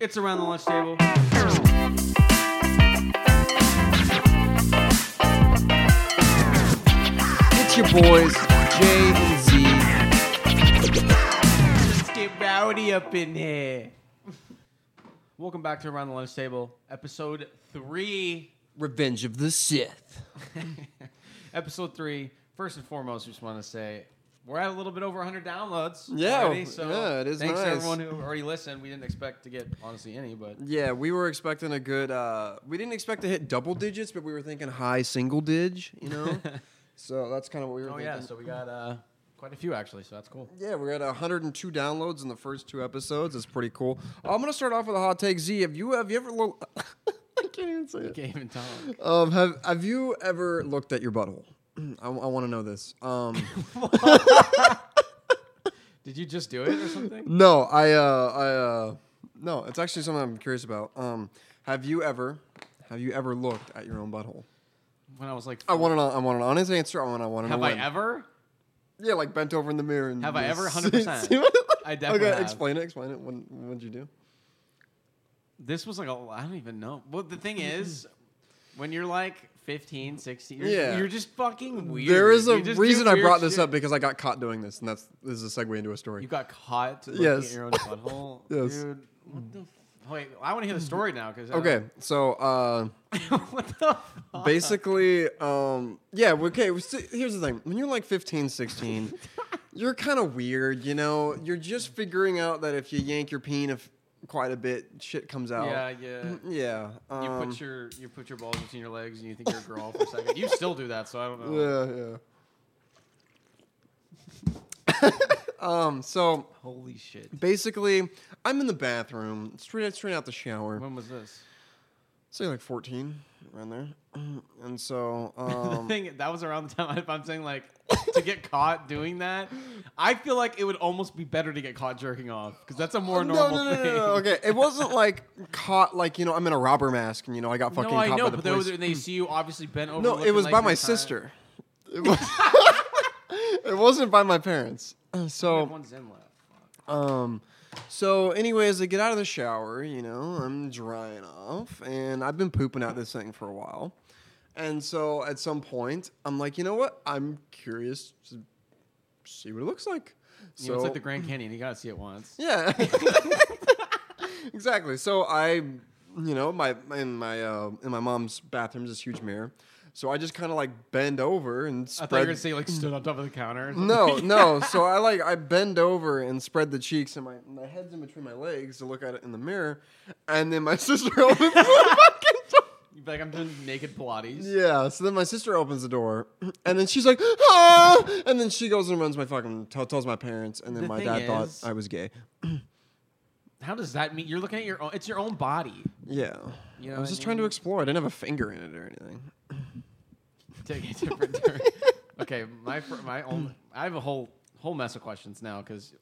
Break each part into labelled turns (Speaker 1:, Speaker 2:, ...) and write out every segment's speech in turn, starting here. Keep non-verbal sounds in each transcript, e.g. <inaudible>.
Speaker 1: It's around the lunch table.
Speaker 2: It's your boys, Jay and Z.
Speaker 1: Let's get rowdy up in here. Welcome back to Around the Lunch Table, episode three. <laughs>
Speaker 2: Revenge of the Sith.
Speaker 1: episode three. First and foremost, we just want to say we're at a little bit over 100 downloads.
Speaker 2: Yeah,
Speaker 1: already, so
Speaker 2: yeah, it is
Speaker 1: Thanks to
Speaker 2: nice.
Speaker 1: everyone who already listened. We didn't expect to get honestly any, but
Speaker 2: Yeah, we were expecting a good. Uh, we didn't expect to hit double digits, but we were thinking high single dig. You <laughs> know, so that's kind of what we were
Speaker 1: oh
Speaker 2: thinking.
Speaker 1: yeah, so we got uh, quite a few actually. So that's cool. <laughs>
Speaker 2: Yeah, we're at 102 downloads in the first two episodes. It's pretty cool. I'm gonna start off with a hot take. Z, have you have you ever? Lo- <laughs> I can't even say it.
Speaker 1: Can't even tell.
Speaker 2: Um, have have you ever looked at your butthole? <clears throat> I, want to know this. Um,
Speaker 1: Did you just do it or
Speaker 2: <laughs>
Speaker 1: something?
Speaker 2: no, I uh, I uh, no. It's actually something I'm curious about. Um, have you ever have you ever looked at your own butthole?
Speaker 1: When I was like,
Speaker 2: I want an I want an honest answer. I want I want to
Speaker 1: have
Speaker 2: know.
Speaker 1: I
Speaker 2: when.
Speaker 1: ever?
Speaker 2: Yeah, like bent over in the mirror. And
Speaker 1: Have I ever?
Speaker 2: <laughs> see-
Speaker 1: 100%.
Speaker 2: see what-
Speaker 1: I definitely
Speaker 2: Okay,
Speaker 1: have.
Speaker 2: explain it. Explain it. When what'd you do?
Speaker 1: This was like a, I don't even know. Well, the thing
Speaker 2: <laughs>
Speaker 1: is, when you're like 15, 16, you're,
Speaker 2: Yeah.
Speaker 1: you're just fucking weird.
Speaker 2: There is a
Speaker 1: You just do
Speaker 2: reason I
Speaker 1: weird
Speaker 2: brought this
Speaker 1: shit.
Speaker 2: up because I got caught doing this, and that's this is a segue into a story.
Speaker 1: You got caught looking
Speaker 2: Yes.
Speaker 1: at your own butthole,
Speaker 2: <laughs> Yes.
Speaker 1: dude. What the? F- wait, I want to hear the story now because
Speaker 2: okay, so uh,
Speaker 1: <laughs> what the? Fuck?
Speaker 2: basically, um, yeah, okay. we see- Here's the thing: when you're like
Speaker 1: <laughs>
Speaker 2: 15, 16, you're kind of weird. You know, you're just figuring out that if you yank your peen if quite a bit, shit comes out. Mm,
Speaker 1: Yeah, yeah.
Speaker 2: yeah.
Speaker 1: You
Speaker 2: Um,
Speaker 1: put your you put your balls between your legs and you think you're a girl for a second. You still do that, so I don't know.
Speaker 2: <laughs> yeah, yeah. <laughs> um. So
Speaker 1: Holy shit!
Speaker 2: basically, I'm in the bathroom, straight straight out the shower.
Speaker 1: When was this?
Speaker 2: say like 14 around there <clears throat> and so
Speaker 1: the
Speaker 2: um
Speaker 1: thing that was around the time if I'm saying like to get caught doing that, I feel like it would almost be better to get caught jerking off because that's a more
Speaker 2: no, no,
Speaker 1: normal
Speaker 2: no, no,
Speaker 1: thing.
Speaker 2: no, okay. It wasn't like caught, like you know, I'm in a robber mask, and you know, I got fucking
Speaker 1: no, I
Speaker 2: caught
Speaker 1: know,
Speaker 2: by the
Speaker 1: but those
Speaker 2: police.
Speaker 1: are, they see you obviously bent over.
Speaker 2: no, it
Speaker 1: looking
Speaker 2: was
Speaker 1: like
Speaker 2: by
Speaker 1: you're
Speaker 2: my
Speaker 1: tired.
Speaker 2: sister. It, was, <laughs> it wasn't by my parents.
Speaker 1: We
Speaker 2: So
Speaker 1: have One Zen left.
Speaker 2: Um, so, anyways, I get out of the shower, you know, I'm drying off, and I've been pooping out this thing for a while. And so, at some point, I'm like, you know what? I'm curious to see what it looks like.
Speaker 1: You
Speaker 2: So,
Speaker 1: know, it's like the Grand Canyon. You gotta see it once.
Speaker 2: yeah, <laughs> exactly. So I, you know, my in my uh, in my mom's bathroom's this huge mirror, so I just kind of like bend over and
Speaker 1: I
Speaker 2: spread.
Speaker 1: thought you were gonna say like stood on top of the counter. or something. <laughs>
Speaker 2: No, no. So I like I bend over and spread the cheeks and my my head's in between my legs to look at it in the mirror, and then my <laughs> sister opens the fucking door.
Speaker 1: You'd be like I'm doing naked Pilates.
Speaker 2: Yeah. So then my sister opens the door, and then she's like, ah! and then she goes and runs my fucking tell tells my parents, and then
Speaker 1: The
Speaker 2: my
Speaker 1: thing
Speaker 2: dad
Speaker 1: is-
Speaker 2: thought I was gay.
Speaker 1: How does that mean? You're looking at your own. It's your own body.
Speaker 2: Yeah.
Speaker 1: You know
Speaker 2: I
Speaker 1: what
Speaker 2: was just
Speaker 1: I
Speaker 2: trying to
Speaker 1: mean?
Speaker 2: explore. I didn't have a finger in it or anything.
Speaker 1: Take a different turn. Okay, my fir- my own. I have a whole whole mess of questions now because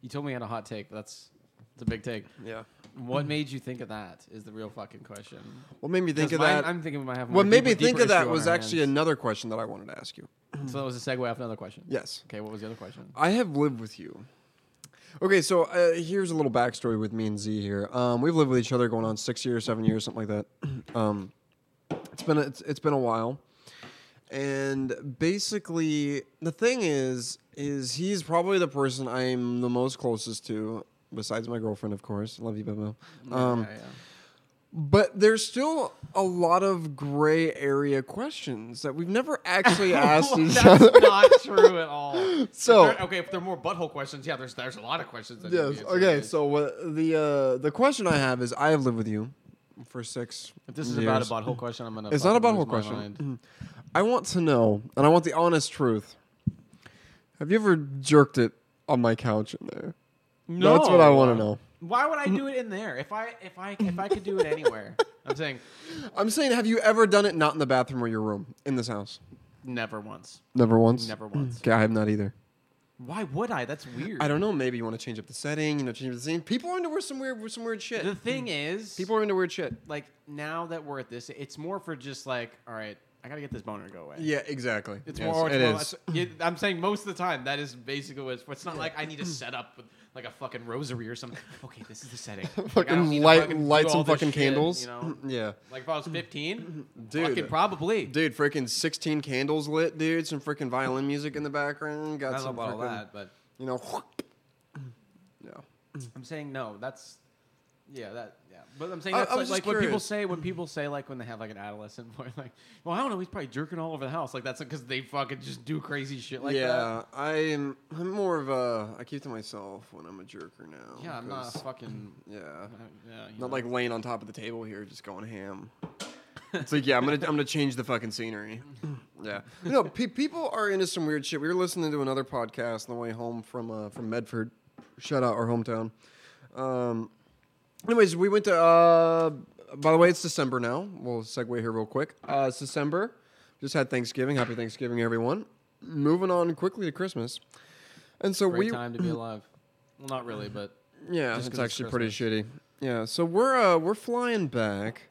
Speaker 1: you told me you had a hot take. but That's it's a big take.
Speaker 2: Yeah.
Speaker 1: What made you think of that? Is the real fucking question.
Speaker 2: What made me think
Speaker 1: 'Cause
Speaker 2: of
Speaker 1: mine-
Speaker 2: that?
Speaker 1: I'm thinking we might have. more
Speaker 2: what made
Speaker 1: deeper-
Speaker 2: me think
Speaker 1: deeper
Speaker 2: of that
Speaker 1: issue on
Speaker 2: was
Speaker 1: our
Speaker 2: actually
Speaker 1: hands.
Speaker 2: another question that I wanted to ask you.
Speaker 1: so that was a segue off another question.
Speaker 2: Yes.
Speaker 1: Okay, what was the other question?
Speaker 2: I have lived with you. Okay, so uh, here's a little backstory with me and Z here. Um, we've lived with each other going on six years, seven years, something like that. <clears throat> Um, it's been a, it's, it's been a while, and basically the thing is is he's probably the person I'm the most closest to, besides my girlfriend, of course. Love you, Bebo. Um, <laughs>
Speaker 1: yeah, yeah.
Speaker 2: but there's still a lot of gray area questions that we've never
Speaker 1: <laughs>
Speaker 2: actually asked each <laughs>
Speaker 1: That's
Speaker 2: other.
Speaker 1: not true at all. If
Speaker 2: So-
Speaker 1: they're- okay, if they're more butthole questions, yeah, there's there's a lot of questions. That need to
Speaker 2: Yes.
Speaker 1: be answered,
Speaker 2: Okay.
Speaker 1: right?
Speaker 2: So what the uh, the question I have is I have lived with you for six.
Speaker 1: if this is about a
Speaker 2: years.
Speaker 1: butthole question, I'm gonna.
Speaker 2: It's not a
Speaker 1: fucking
Speaker 2: butthole
Speaker 1: lose my
Speaker 2: question.
Speaker 1: mind.
Speaker 2: I want to know, and I want the honest truth. Have you ever jerked it on my couch in there?
Speaker 1: No,
Speaker 2: That's what I want to know.
Speaker 1: Why would I do it in there? If I if I if I could do
Speaker 2: <laughs>
Speaker 1: it anywhere, I'm saying
Speaker 2: I'm saying, have you ever done it not in the bathroom or your room in this house?
Speaker 1: never once.
Speaker 2: Never once.
Speaker 1: Never once.
Speaker 2: Okay, I have not either.
Speaker 1: Why would I? That's weird.
Speaker 2: I don't know. Maybe you want to change up the setting. You know, change up the scene. People are into weird- some weird, some weird shit.
Speaker 1: The thing is,
Speaker 2: People are into weird shit.
Speaker 1: like now that we're at this, it's more for just like, all right, I gotta get this boner to go away.
Speaker 2: Yeah, exactly.
Speaker 1: It's
Speaker 2: Yes,
Speaker 1: more. It's
Speaker 2: it
Speaker 1: more
Speaker 2: is.
Speaker 1: less- yeah, I'm saying most of the time that is basically what it's. It's not like I
Speaker 2: <laughs>
Speaker 1: need to set up with like a fucking rosary or something. Okay, this is the
Speaker 2: <laughs>
Speaker 1: setting. Like, I don't need to
Speaker 2: fucking light,
Speaker 1: fucking do
Speaker 2: light
Speaker 1: all
Speaker 2: some
Speaker 1: this
Speaker 2: fucking
Speaker 1: shit,
Speaker 2: candles.
Speaker 1: You know,
Speaker 2: <laughs> yeah,
Speaker 1: like if I was 15,
Speaker 2: <laughs> Dude.
Speaker 1: fucking probably.
Speaker 2: dude, freaking sixteen candles lit, dude. Some freaking violin music in the background. Got
Speaker 1: I don't know
Speaker 2: some
Speaker 1: about all
Speaker 2: frickin',
Speaker 1: that, but
Speaker 2: You know. <sniffs> no.
Speaker 1: I'm saying no. That's yeah, that yeah. But I'm saying
Speaker 2: I-
Speaker 1: that's
Speaker 2: I
Speaker 1: like,
Speaker 2: was
Speaker 1: like
Speaker 2: just
Speaker 1: when people
Speaker 2: curious.
Speaker 1: say when people say like when they have like an adolescent boy, like, well, I don't know, he's probably jerking all over the house. Like that's because they fucking just do crazy shit like that.
Speaker 2: yeah, I'm. I'm more of a. I keep to myself when I'm a jerker now.
Speaker 1: Yeah, I'm not a
Speaker 2: 'cause-
Speaker 1: fucking.
Speaker 2: Yeah.
Speaker 1: uh, yeah, you know.
Speaker 2: Not like laying on top of the table here, just going ham. It's like, yeah, I'm gonna, I'm gonna change the fucking scenery.
Speaker 1: <laughs>
Speaker 2: Yeah, no, pe- people are into some weird shit. We were listening to another podcast on the way home from uh, from Medford. Shout out our hometown. Um, anyways, we went to. Uh, by the way, it's December now. We'll segue here real quick. Uh, it's December. Just had Thanksgiving. Happy Thanksgiving, everyone. Moving on quickly to Christmas. And so
Speaker 1: great
Speaker 2: we
Speaker 1: time to be alive. Well, not really, but
Speaker 2: yeah,
Speaker 1: Just
Speaker 2: it's
Speaker 1: 'cause it's
Speaker 2: actually pretty shitty. Yeah, so we're uh, we're flying back,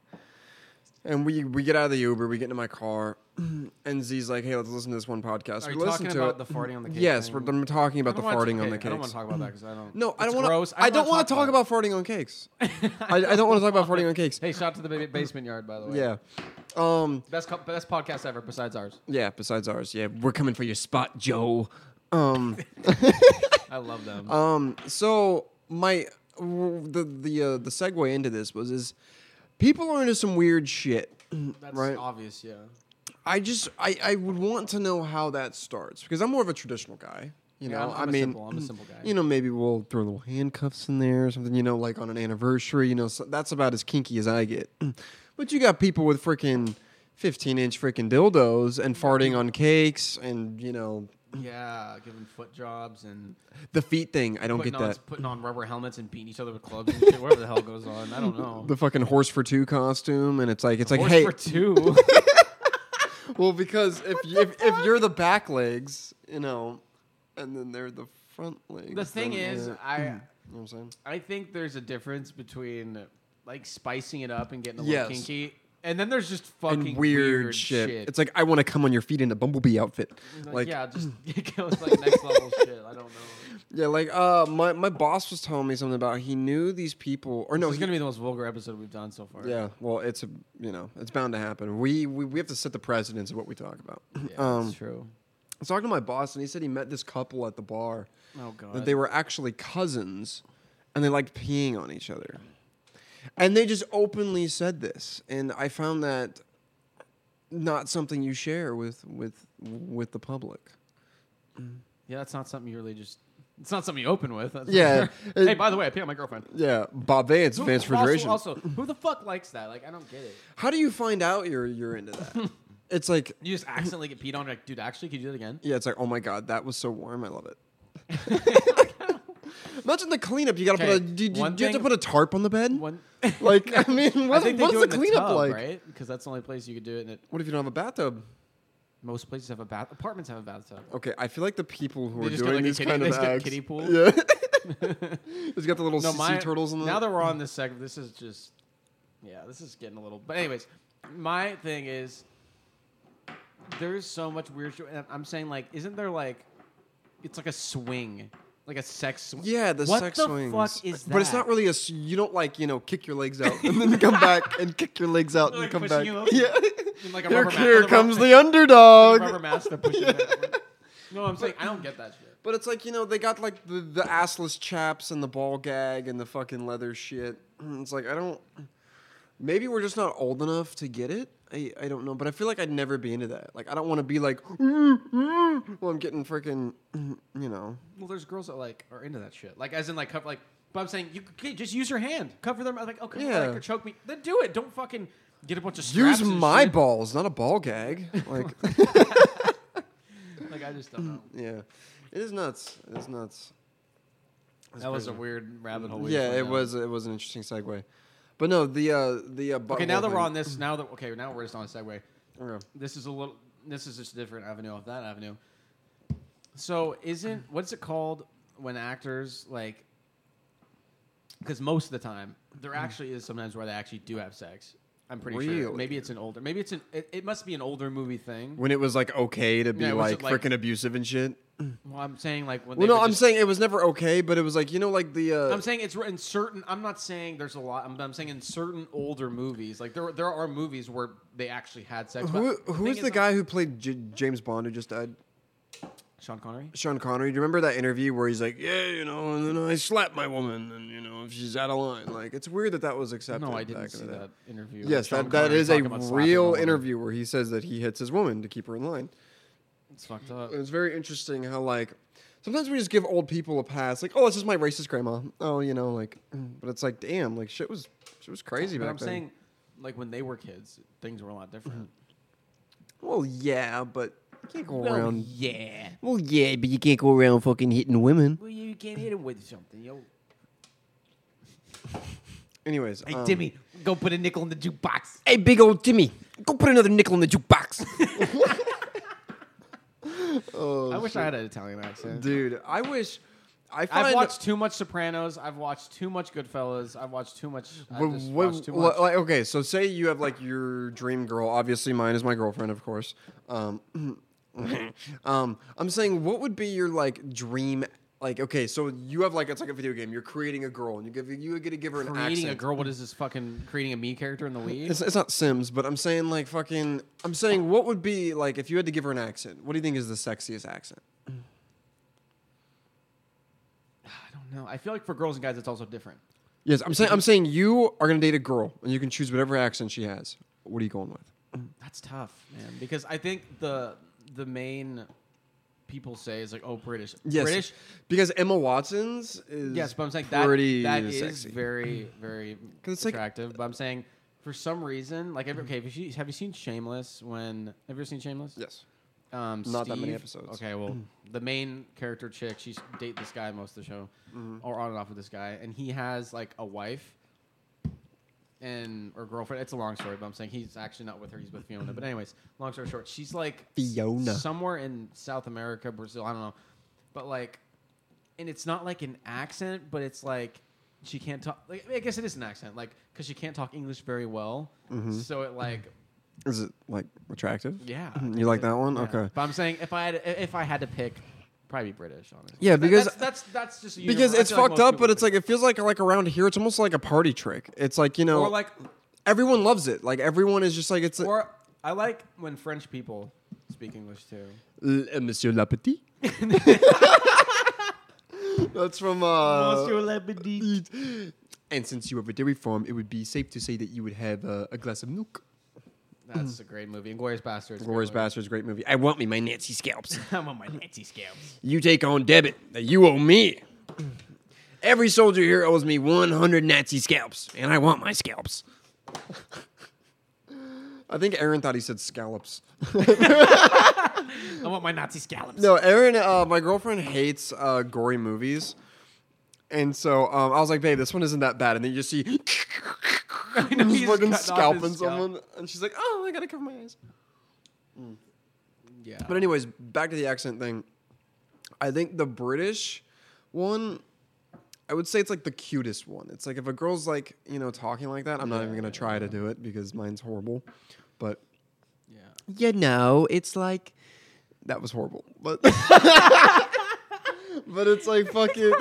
Speaker 2: and we we get out of the Uber, we get into my car, <clears throat> and Z's like, "Hey, let's listen to this one podcast."
Speaker 1: are
Speaker 2: we
Speaker 1: you
Speaker 2: listen
Speaker 1: talking
Speaker 2: to
Speaker 1: about
Speaker 2: it.
Speaker 1: the farting on the cake?
Speaker 2: yes,
Speaker 1: thing?
Speaker 2: we're, I'm talking
Speaker 1: I
Speaker 2: about the
Speaker 1: don't wanna-
Speaker 2: farting on
Speaker 1: okay,
Speaker 2: the
Speaker 1: I
Speaker 2: cakes.
Speaker 1: don't want to talk about that because I don't.
Speaker 2: <laughs> no,
Speaker 1: it's
Speaker 2: I don't want
Speaker 1: gross.
Speaker 2: to. I don't
Speaker 1: wanna
Speaker 2: want to talk about farting
Speaker 1: <laughs>
Speaker 2: on cakes. I, I don't want to talk about farting on cakes.
Speaker 1: Hey, shout out to the ba- basement yard, by the way.
Speaker 2: Yeah, um,
Speaker 1: best co- best podcast ever besides ours.
Speaker 2: yeah. Besides ours, yeah, we're coming for your spot, Joe. Um.
Speaker 1: <laughs> I love them.
Speaker 2: Um. So my w- the the uh, the segue into this was is people are into some weird shit, <clears throat>
Speaker 1: That's
Speaker 2: right?
Speaker 1: obvious. Yeah.
Speaker 2: I just I I would want to know how that starts because I'm more of a traditional guy. You know,
Speaker 1: Yeah, I'm-
Speaker 2: I
Speaker 1: I'm a
Speaker 2: mean,
Speaker 1: simple- I'm a
Speaker 2: <clears throat>
Speaker 1: simple guy.
Speaker 2: You know, maybe we'll throw little handcuffs in there or something. You know, like on an anniversary. You know, so that's about as kinky as I get. <clears throat> but you got people with freaking 15 inch freaking dildos and farting on cakes and you know
Speaker 1: Yeah, giving foot jobs and
Speaker 2: the feet thing. I don't
Speaker 1: putting
Speaker 2: get
Speaker 1: on,
Speaker 2: that.
Speaker 1: putting on rubber helmets and beating each other with clubs and shit, whatever the hell goes on. I don't
Speaker 2: <laughs>
Speaker 1: know.
Speaker 2: The fucking horse for two costume, and it's like it's like
Speaker 1: Horse
Speaker 2: hey,
Speaker 1: for two.
Speaker 2: <laughs> Well, because if you, if, if you're the back legs, you know, and then they're the front legs.
Speaker 1: the thing
Speaker 2: then,
Speaker 1: is,
Speaker 2: uh,
Speaker 1: I.
Speaker 2: you know what I'm saying?
Speaker 1: I think there's a difference between like spicing it up and getting a
Speaker 2: Yes.
Speaker 1: little kinky, and then there's just fucking
Speaker 2: And weird, shit. It's like I want to come on your feet in a bumblebee outfit.
Speaker 1: like,
Speaker 2: Like yeah,
Speaker 1: yeah,
Speaker 2: <laughs>
Speaker 1: just <laughs> it goes like next level shit. I don't know.
Speaker 2: like uh, my my boss was telling me something about he knew these people or no,
Speaker 1: This is
Speaker 2: he-
Speaker 1: gonna be the most vulgar episode we've done so far.
Speaker 2: yeah. Well, it's a you know it's bound to happen. We we, we have to set the precedence of what we talk about.
Speaker 1: yeah
Speaker 2: <clears throat> um,
Speaker 1: that's true.
Speaker 2: I was talking to my boss and he said he met this couple at the bar.
Speaker 1: Oh god,
Speaker 2: that they were actually cousins and they liked peeing on each other. And they just openly said this. And I found that not something you share with with with the public.
Speaker 1: yeah, that's not something you really just. It's not something you open with. that's for
Speaker 2: Yeah,
Speaker 1: sure.
Speaker 2: it-
Speaker 1: hey, by the way, I pee on my girlfriend.
Speaker 2: Yeah, Bob Vance,
Speaker 1: Who-
Speaker 2: Advanced
Speaker 1: also-
Speaker 2: Refrigeration.
Speaker 1: Also, who the fuck likes that? Like, I don't get it.
Speaker 2: How do you find out you're you're into that? <laughs> it's like
Speaker 1: You just accidentally get peed on. Like, dude, actually, could you do that again?
Speaker 2: yeah, it's like oh my god, that was so warm. I love it.
Speaker 1: <laughs>
Speaker 2: Imagine the cleanup. You gotta
Speaker 1: Okay,
Speaker 2: put a. Do, do-
Speaker 1: one
Speaker 2: do you have
Speaker 1: thing-
Speaker 2: to put a tarp on the bed? <laughs>
Speaker 1: One.
Speaker 2: Like I mean,
Speaker 1: <laughs> I
Speaker 2: what,
Speaker 1: think they
Speaker 2: what's
Speaker 1: do
Speaker 2: the
Speaker 1: it in
Speaker 2: cleanup
Speaker 1: tub,
Speaker 2: like?
Speaker 1: Right? Because that's the only place you could do it, and it
Speaker 2: What if you don't have a bathtub?
Speaker 1: Most places have a bath. Apartments have a bathtub.
Speaker 2: Okay, I feel like the people who
Speaker 1: They
Speaker 2: are
Speaker 1: just got,
Speaker 2: doing
Speaker 1: like, a
Speaker 2: these
Speaker 1: kiddie-
Speaker 2: kind
Speaker 1: they
Speaker 2: of
Speaker 1: just got
Speaker 2: acts,
Speaker 1: kiddie pool. <laughs>
Speaker 2: yeah, <laughs> it's got the little sea turtles in the.
Speaker 1: now that
Speaker 2: <laughs>
Speaker 1: we're on this segment, this is just, yeah, this is getting a little. But anyways, my thing is, there's so much weird shit, and I'm saying like, isn't there like, it's like a swing, like a sex swing.
Speaker 2: yeah, the
Speaker 1: what
Speaker 2: sex
Speaker 1: the
Speaker 2: swings.
Speaker 1: fuck is that?
Speaker 2: But it's not really a. s- You don't like you know kick your legs out
Speaker 1: <laughs>
Speaker 2: and then come back and kick your legs out
Speaker 1: They're,
Speaker 2: and
Speaker 1: like,
Speaker 2: come
Speaker 1: pushing
Speaker 2: back.
Speaker 1: you over.
Speaker 2: Yeah.
Speaker 1: In, like, a
Speaker 2: Here,
Speaker 1: rubber mat-
Speaker 2: here
Speaker 1: with a
Speaker 2: comes
Speaker 1: rubber-
Speaker 2: the underdog.
Speaker 1: rubber mask they're pushing. back.
Speaker 2: <laughs>
Speaker 1: No, I'm saying I don't get that shit.
Speaker 2: But it's like you know they got like the, the assless chaps and the ball gag and the fucking leather shit. <clears throat> It's like I don't. Maybe we're just not old enough to get it. I, I don't know, but I feel like I'd never be into that. Like I don't want to be like, <laughs> well, I'm getting freaking, <clears throat> you know.
Speaker 1: Well, there's girls that like are into that shit. Like as in like cover like. But I'm saying you okay, just use your hand, cover their mouth. Like okay,
Speaker 2: Yeah.
Speaker 1: like or choke me. Then do it. Don't fucking get a bunch of straps
Speaker 2: Use
Speaker 1: and
Speaker 2: my
Speaker 1: shit.
Speaker 2: balls, not a
Speaker 1: <laughs>
Speaker 2: ball gag. Like,
Speaker 1: Like I just don't
Speaker 2: <clears throat>
Speaker 1: know.
Speaker 2: yeah, it is nuts. It is nuts. It's
Speaker 1: that was a
Speaker 2: crazy.
Speaker 1: weird rabbit hole. we
Speaker 2: Yeah,
Speaker 1: went
Speaker 2: it
Speaker 1: down.
Speaker 2: was. It was an interesting segue. But no, the uh, the uh,
Speaker 1: Okay,
Speaker 2: butthole
Speaker 1: now that we're
Speaker 2: thing-
Speaker 1: on this, now that okay, now we're just on a segue.
Speaker 2: Okay.
Speaker 1: This is a little. This is just a different avenue off that avenue. So isn't what's it called when actors like? Because most of the time, there actually is sometimes where they actually do have sex. I'm pretty sure.
Speaker 2: Mm. Really?
Speaker 1: Maybe it's an older. Maybe it's an. It, it must be an older movie thing.
Speaker 2: When it was like okay to be
Speaker 1: Yeah, was
Speaker 2: like
Speaker 1: it, like-
Speaker 2: freaking abusive and shit.
Speaker 1: Well, I'm saying like when.
Speaker 2: Well,
Speaker 1: they
Speaker 2: no,
Speaker 1: were
Speaker 2: I'm
Speaker 1: just-
Speaker 2: saying it was never okay, but it was like you know, like the. Uh,
Speaker 1: I'm saying it's in certain. I'm not saying there's a lot. I'm, I'm saying in certain older movies, like there there are movies where they actually had sex. but
Speaker 2: who
Speaker 1: the
Speaker 2: who
Speaker 1: thing um,
Speaker 2: is the guy who played J- James Bond who just died?
Speaker 1: Sean Connery.
Speaker 2: Sean Connery. Do you remember that interview where he's like, "Yeah, you know, and then I slapped my woman, and you know, if she's out of line, like it's weird that that was accepted."
Speaker 1: No, I
Speaker 2: back
Speaker 1: didn't
Speaker 2: in
Speaker 1: see
Speaker 2: the day.
Speaker 1: that interview.
Speaker 2: Yes,
Speaker 1: Sean
Speaker 2: that, that
Speaker 1: Connery
Speaker 2: is a
Speaker 1: talking about slapping a
Speaker 2: real
Speaker 1: woman.
Speaker 2: interview where he says that he hits his woman to keep her in line.
Speaker 1: It's fucked up.
Speaker 2: It's very interesting how like sometimes we just give old people a pass, like, "Oh, this is my racist grandma." Oh, you know, like, <clears throat> but it's like, damn, like shit was shit was crazy
Speaker 1: But
Speaker 2: back
Speaker 1: I'm
Speaker 2: then.
Speaker 1: saying, like when they were kids, things were a lot different.
Speaker 2: Mm-hmm. well, yeah, but you can't go around.
Speaker 1: yeah.
Speaker 2: Well, yeah, but you can't go around fucking hitting women.
Speaker 1: Well, you can't hit him with something, yo.
Speaker 2: Anyways, um,
Speaker 1: go put a nickel in the jukebox.
Speaker 2: Hey, big old Timmy, go put another nickel in the jukebox.
Speaker 1: I wish I had an Italian accent.
Speaker 2: <laughs> Dude, I wish. I find
Speaker 1: I've watched too much Sopranos. I've watched too much Goodfellas. I've watched too much.
Speaker 2: Wha-
Speaker 1: I've just
Speaker 2: wha-
Speaker 1: watched too
Speaker 2: wha-
Speaker 1: much.
Speaker 2: like, okay, so say you have like your dream girl. Obviously, mine is my girlfriend, of course. Um, <clears throat> um, I'm saying, what would be your like dream? Like, okay, so you have like it's like a video game. You're creating a girl, and you give you get to give her an
Speaker 1: creating a
Speaker 2: accent.
Speaker 1: girl. What is this fucking creating a me character in the lead?
Speaker 2: It's, it's not Sims, but I'm saying like fucking. I'm saying what would be like if you had to give her an accent. What do you think is the sexiest accent?
Speaker 1: <sighs> I don't know. I feel like for girls and guys, it's also different.
Speaker 2: Yes, I'm saying I'm saying you are gonna date a girl, and you can choose whatever accent she has. What are you going with?
Speaker 1: That's tough, man. Because I think the the main people say is like, oh, British,
Speaker 2: Yes,
Speaker 1: British.
Speaker 2: because Emma Watson's is
Speaker 1: Yes, but I'm saying that
Speaker 2: pretty
Speaker 1: that is
Speaker 2: sexy. <clears throat>
Speaker 1: very very
Speaker 2: 'Cause it's like-
Speaker 1: attractive. but I'm saying for some reason, like every, okay, have you, have you seen Shameless? When have you ever seen Shameless?
Speaker 2: yes.
Speaker 1: Um,
Speaker 2: Not that many
Speaker 1: Steve-
Speaker 2: episodes.
Speaker 1: Okay, well, the main character chick, she's date this guy most of the show,
Speaker 2: Mm-hmm.
Speaker 1: or on and off with this guy, and he has like a wife and or girlfriend. It's a long story, but I'm saying he's actually not with her; he's with Fiona. But anyways, long story short, she's like
Speaker 2: Fiona.
Speaker 1: somewhere in South America, Brazil. I don't know, but like, and it's not like an accent, but it's like she can't talk. Like, I guess it is an accent, like because she can't talk English very well.
Speaker 2: Mm-hmm.
Speaker 1: So it like
Speaker 2: Is it like attractive?
Speaker 1: yeah.
Speaker 2: <laughs> You like that one?
Speaker 1: Yeah.
Speaker 2: Okay.
Speaker 1: But I'm saying if I had if I had to pick, probably British, honestly.
Speaker 2: Yeah,
Speaker 1: That-
Speaker 2: because-
Speaker 1: that's that's, that's just a
Speaker 2: Because
Speaker 1: universal- I
Speaker 2: it's
Speaker 1: feel like
Speaker 2: fucked
Speaker 1: most
Speaker 2: up,
Speaker 1: people
Speaker 2: but it's
Speaker 1: pick-
Speaker 2: like it feels like like around here, it's almost like a party trick. It's like you know,
Speaker 1: or like
Speaker 2: everyone loves it. Like everyone is just like it's like,
Speaker 1: or I like when French people speak English too.
Speaker 2: "Uh, Monsieur La Petite.
Speaker 1: <laughs>
Speaker 2: <laughs> That's from uh, And since you have a dairy farm, it would be safe to say that you would have uh, a glass of milk.
Speaker 1: That's
Speaker 2: <clears throat>
Speaker 1: a great movie. Inglorious Bastards.
Speaker 2: Glorious Bastards, great movie. I want me my Nancy scalps.
Speaker 1: I'm on my Nancy scales.
Speaker 2: You take on debit that you owe me. Every soldier here owes me 100 Nazi scalps, and I want my scalps. I think Aaron thought he said scallops.
Speaker 1: I want my Nazi scallops.
Speaker 2: No, Aaron, uh, my girlfriend hates uh, gory movies. And so um, I was like, babe, this one isn't that bad. And then you just see
Speaker 1: I know
Speaker 2: he's
Speaker 1: he's
Speaker 2: fucking
Speaker 1: cutting off his
Speaker 2: scalping
Speaker 1: scalp. <laughs>
Speaker 2: someone. And she's like, oh, I gotta cover my eyes.
Speaker 1: Yeah.
Speaker 2: But anyways, back to the accent thing. I think the British one, I would say it's like the cutest one. It's like if a girl's like you know talking like that, I'm not even gonna try to do it because mine's horrible. But
Speaker 1: yeah.
Speaker 2: you know, it's like that was horrible. But <laughs> but it's like fucking.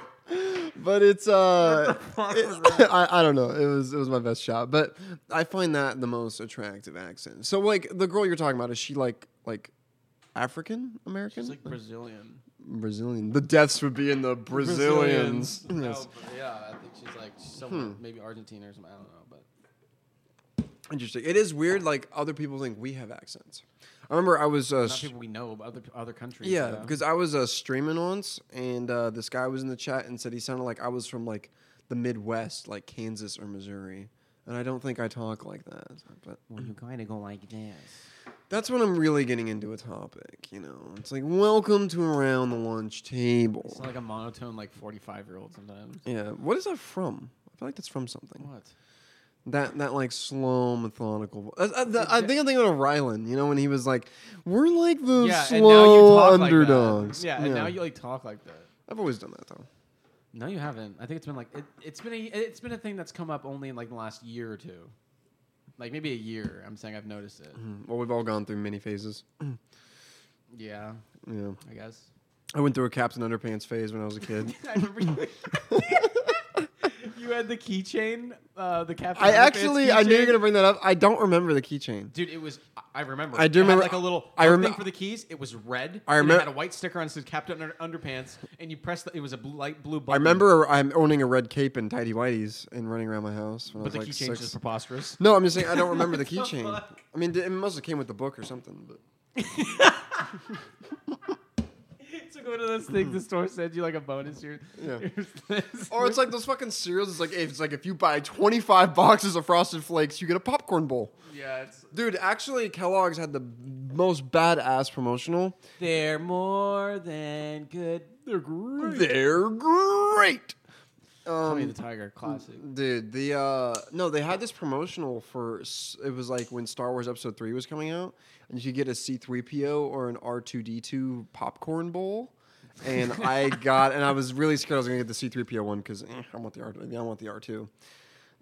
Speaker 2: <laughs> but it's uh, it- <laughs> I, I don't know. It was it was my best shot, but I find that the most attractive accent. So like the girl you're talking about is she like like African American,
Speaker 1: It's like Brazilian.
Speaker 2: Brazilian. The deaths would be in the Brazilians. Yes. Hmm.
Speaker 1: No, Oh, yeah, I think she's like somewhere, maybe Argentina or something. I don't know, but
Speaker 2: Interesting. It is weird. Like other people think we have accents. I remember I was uh,
Speaker 1: not
Speaker 2: sh-
Speaker 1: people we know, but other other countries.
Speaker 2: Yeah,
Speaker 1: you know?
Speaker 2: because I was uh, streaming once, and uh, this guy was in the chat and said he sounded like I was from like the Midwest, like Kansas or Missouri, and I don't think I talk like that. But
Speaker 1: Well, you kind of go like this.
Speaker 2: that's when I'm really getting into a topic. You know, it's like welcome to around the lunch table.
Speaker 1: It's like a monotone, like forty-five-year-old sometimes.
Speaker 2: yeah, what is that from? I feel like that's from something.
Speaker 1: What?
Speaker 2: That that like slow methodical. vo- I, I, the- I think I'm thinking of Rylan. You know, when he was like, "We're like the
Speaker 1: Yeah, and now you
Speaker 2: slow
Speaker 1: talk
Speaker 2: underdogs."
Speaker 1: Like that. Yeah, and now you like talk like that.
Speaker 2: I've always done that though.
Speaker 1: No, you haven't. I think it's been like it, it's been a it's been a thing that's come up only in like the last year or two. Like maybe a year. I'm saying I've noticed it.
Speaker 2: Hmm. Well, we've all gone through many phases.
Speaker 1: Yeah,
Speaker 2: Yeah.
Speaker 1: I <laughs> guess.
Speaker 2: I went through a caps and underpants phase when I was
Speaker 1: <laughs>
Speaker 2: a kid.
Speaker 1: I remember you, you had the keychain, uh, the captain.
Speaker 2: I actually, I knew you were
Speaker 1: keychain.
Speaker 2: gonna bring that up. I don't remember the keychain.
Speaker 1: Dude, it was. I- I remember.
Speaker 2: I do
Speaker 1: It had,
Speaker 2: remember-
Speaker 1: like a little.
Speaker 2: I
Speaker 1: I
Speaker 2: remem-
Speaker 1: thing for the keys. It was red.
Speaker 2: I
Speaker 1: and
Speaker 2: remem-
Speaker 1: It had a white sticker on. It said Captain Under- Underpants, and you pressed. The, it was a blue, light blue button.
Speaker 2: I remember I'm owning a red cape and tidy whities and running around my house when
Speaker 1: but
Speaker 2: I
Speaker 1: the
Speaker 2: was
Speaker 1: key
Speaker 2: like
Speaker 1: change is
Speaker 2: six.
Speaker 1: preposterous.
Speaker 2: No, I'm just saying I don't remember the
Speaker 1: What the <laughs>
Speaker 2: keychain.
Speaker 1: fuck?
Speaker 2: I mean, it must have came with the book or something. But
Speaker 1: <laughs> it's like one of those things the store sends you like a bonus. Your, <laughs>
Speaker 2: Mm-hmm. Yeah.
Speaker 1: your
Speaker 2: or it's like those fucking cereals. It's like it's like if you buy 25 boxes of Frosted Flakes, you get a popcorn bowl.
Speaker 1: <laughs> yeah, it's
Speaker 2: Dude, actually, Kellogg's had the most badass promotional.
Speaker 1: they're more than good. They're great.
Speaker 2: They're great.
Speaker 1: Tony
Speaker 2: Um,
Speaker 1: the Tiger classic.
Speaker 2: dude, the uh, no, they had this promotional for s- it was like when Star Wars Episode Three was coming out, and you could get a C three PO or an R two D two popcorn bowl. And
Speaker 1: <laughs>
Speaker 2: I got, and I was really scared I was gonna get the C three PO one because I want the R, I want the R two,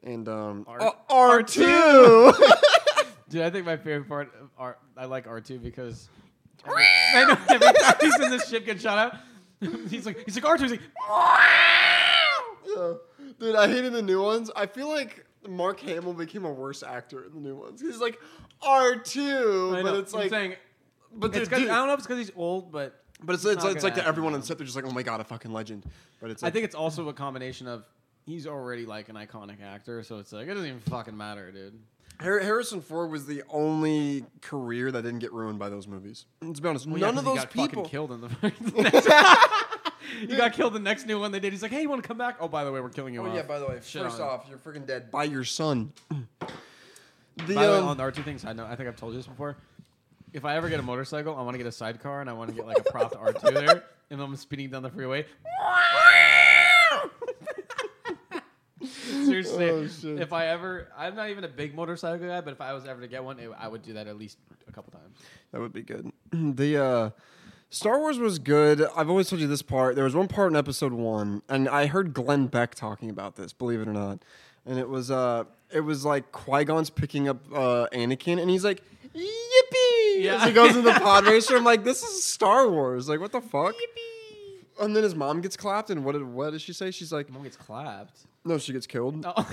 Speaker 2: and um,
Speaker 1: R-
Speaker 2: R
Speaker 1: <laughs>
Speaker 2: two. <laughs>
Speaker 1: Dude, I think my favorite part of R, I like R2 because
Speaker 2: <laughs>
Speaker 1: every, I know every time he's in this ship gets shot out, <laughs> he's like he's like R2 he's like
Speaker 2: Yeah. Dude, I hated the new ones. I feel like Mark Hamill became a worse actor in the new ones. He's like R2,
Speaker 1: I
Speaker 2: but
Speaker 1: know,
Speaker 2: it's
Speaker 1: I'm
Speaker 2: like
Speaker 1: saying,
Speaker 2: but
Speaker 1: it's
Speaker 2: dude,
Speaker 1: 'cause-
Speaker 2: dude-
Speaker 1: I don't know if it's because he's old, but
Speaker 2: but it's it's,
Speaker 1: not
Speaker 2: it's like
Speaker 1: gonna
Speaker 2: to everyone on
Speaker 1: happen.
Speaker 2: set they're just like, "Oh my god, a fucking legend." But it's
Speaker 1: I
Speaker 2: like,
Speaker 1: think it's also a combination of he's already like an iconic actor, so it's like it doesn't even fucking matter, dude.
Speaker 2: Har- Harrison Ford was the only career that didn't get ruined by those movies. Let's be honest,
Speaker 1: Well, yeah,
Speaker 2: none
Speaker 1: 'cause
Speaker 2: of those
Speaker 1: he got
Speaker 2: people
Speaker 1: fucking killed <laughs> in the. the next- he got killed the next new one they did. He's like, hey, you want to come back? Oh, by the way, we're killing you.
Speaker 2: Oh
Speaker 1: off.
Speaker 2: yeah, by the way,
Speaker 1: Shit
Speaker 2: first
Speaker 1: on him.
Speaker 2: off, you're freaking dead by your son. The,
Speaker 1: By the way,
Speaker 2: um,
Speaker 1: on the R2 things, I know I think I've told you this before. If I ever get a motorcycle, I want to get a sidecar and I want to get like a propped <laughs> R2 there, and I'm speeding down the freeway. Seriously,
Speaker 2: Oh, shit.
Speaker 1: if I ever, I'm not even a big motorcycle guy, but if I was ever to get one, it, I would do that at least a couple times.
Speaker 2: That would be good. <clears throat> the uh, Star Wars was good. I've always told you this part. There was one part in episode one, and I heard Glenn Beck talking about this. Believe it or not, and it was uh, it was like Qui Gon's picking up uh, Anakin, and he's like, "Yippee!"
Speaker 1: Yeah.
Speaker 2: as he goes in
Speaker 1: <laughs>
Speaker 2: the pod racer. I'm like, "This is Star Wars. Like, what the fuck?" And then his mom gets clapped, and what did, what does she say? She's like,
Speaker 1: Mom gets clapped.
Speaker 2: "No, she gets killed."
Speaker 1: Oh,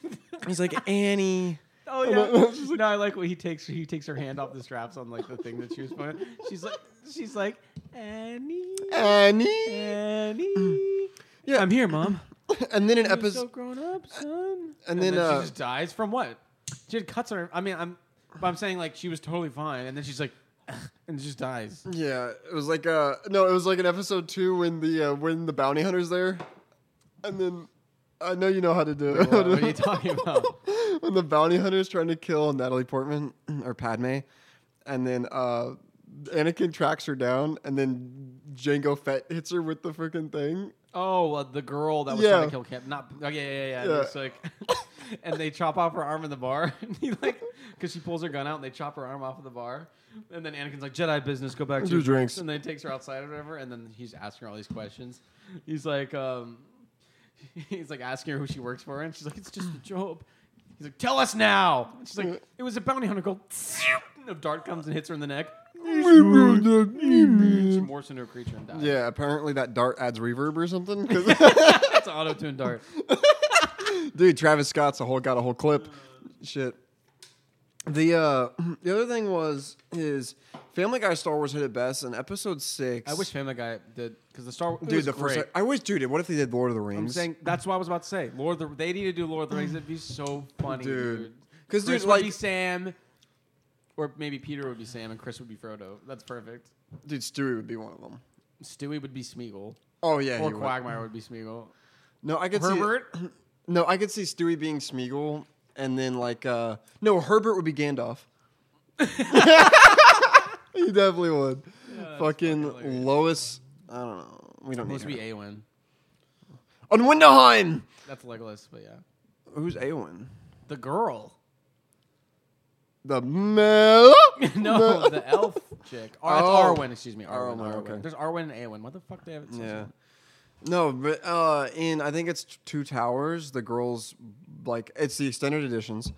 Speaker 1: <laughs>
Speaker 2: He's like, "Annie."
Speaker 1: oh
Speaker 2: <laughs>
Speaker 1: yeah. no, I like what he takes. He takes her hand off the straps on like the thing that she was putting. She's like, she's like, Annie,
Speaker 2: Annie, <laughs>
Speaker 1: Annie.
Speaker 2: yeah,
Speaker 1: I'm here,
Speaker 2: <clears throat>
Speaker 1: mom.
Speaker 2: and then
Speaker 1: You're
Speaker 2: an
Speaker 1: so
Speaker 2: episode,
Speaker 1: grown up, son.
Speaker 2: And then, uh,
Speaker 1: she just dies from what? She had cuts on her. I mean, I'm, but I'm saying like she was totally fine, and then she's like, and just
Speaker 2: <laughs>
Speaker 1: dies.
Speaker 2: Yeah, it was like uh no, it was like in episode two when the uh, when the bounty hunter's there, and then I know you know how to do it.
Speaker 1: What
Speaker 2: <laughs>
Speaker 1: are you talking about?
Speaker 2: when the bounty hunter's trying to kill Natalie Portman <clears throat> or Padme, and then uh Anakin tracks her down, and then Django Fett hits her with the freaking thing.
Speaker 1: Oh, uh, the girl that was
Speaker 2: Yeah.
Speaker 1: trying to kill Cap. Not oh, yeah, yeah, yeah.
Speaker 2: Yeah.
Speaker 1: It's like, <laughs> and they chop off her arm in the bar. <laughs> and he like, because she pulls her gun out, and they chop her arm off of the bar. And then Anakin's like, Jedi business, go back to
Speaker 2: Do
Speaker 1: your
Speaker 2: drinks.
Speaker 1: And then he takes her outside or whatever. And then he's asking her all these questions. He's like, um, <laughs> he's like asking her who she works for, and she's like, it's just a job. He's like, tell us now. And she's like, it was a bounty hunter. Go. And a dart comes and hits her in the
Speaker 2: <laughs>
Speaker 1: neck. She morphs into a creature and dies.
Speaker 2: Yeah, apparently that dart adds reverb or something. 'cause- <laughs>
Speaker 1: That's an auto tune dart.
Speaker 2: Dude, Travis Scott's a whole got a whole clip. Shit. The uh the other thing was is Family Guy Star Wars hit it best in episode six.
Speaker 1: I wish Family Guy did because the Star Wars.
Speaker 2: dude the first I wish dude what if they did Lord of the Rings?
Speaker 1: I'm saying that's what I was about to say. Lord, of the, they need to do Lord of the Rings. It'd be so funny,
Speaker 2: Dude.
Speaker 1: dude.
Speaker 2: 'Cause, dude,
Speaker 1: Chris would
Speaker 2: like-
Speaker 1: be Sam, or maybe Peter would be Sam, and Chris would be Frodo. That's perfect.
Speaker 2: dude Stewie would be one of them.
Speaker 1: Stewie would be Smeagol,
Speaker 2: Oh yeah,
Speaker 1: or
Speaker 2: he would.
Speaker 1: Quagmire would be Smeagol.
Speaker 2: No, I could
Speaker 1: Herbert,
Speaker 2: see No, I could see Stewie being Smeagol and then like uh no, Herbert would be Gandalf. <laughs> he definitely would.
Speaker 1: that's fucking
Speaker 2: fucking
Speaker 1: hilarious.
Speaker 2: Lois I don't know. We don't
Speaker 1: supposed to
Speaker 2: need
Speaker 1: be
Speaker 2: her.
Speaker 1: Awen.
Speaker 2: On Windhelheim.
Speaker 1: That's Legolas, but yeah,
Speaker 2: Who's Awen?
Speaker 1: the girl.
Speaker 2: The mel.
Speaker 1: <laughs> no, the elf chick. Ar-
Speaker 2: Oh.
Speaker 1: It's Arwen, excuse me. Arwen.
Speaker 2: Arwen,
Speaker 1: Arwen.
Speaker 2: okay.
Speaker 1: There's Arwen and Awen. What the fuck they have? it's-
Speaker 2: Yeah. No, but uh, in I think it's Two Towers. The girls like it's the extended editions,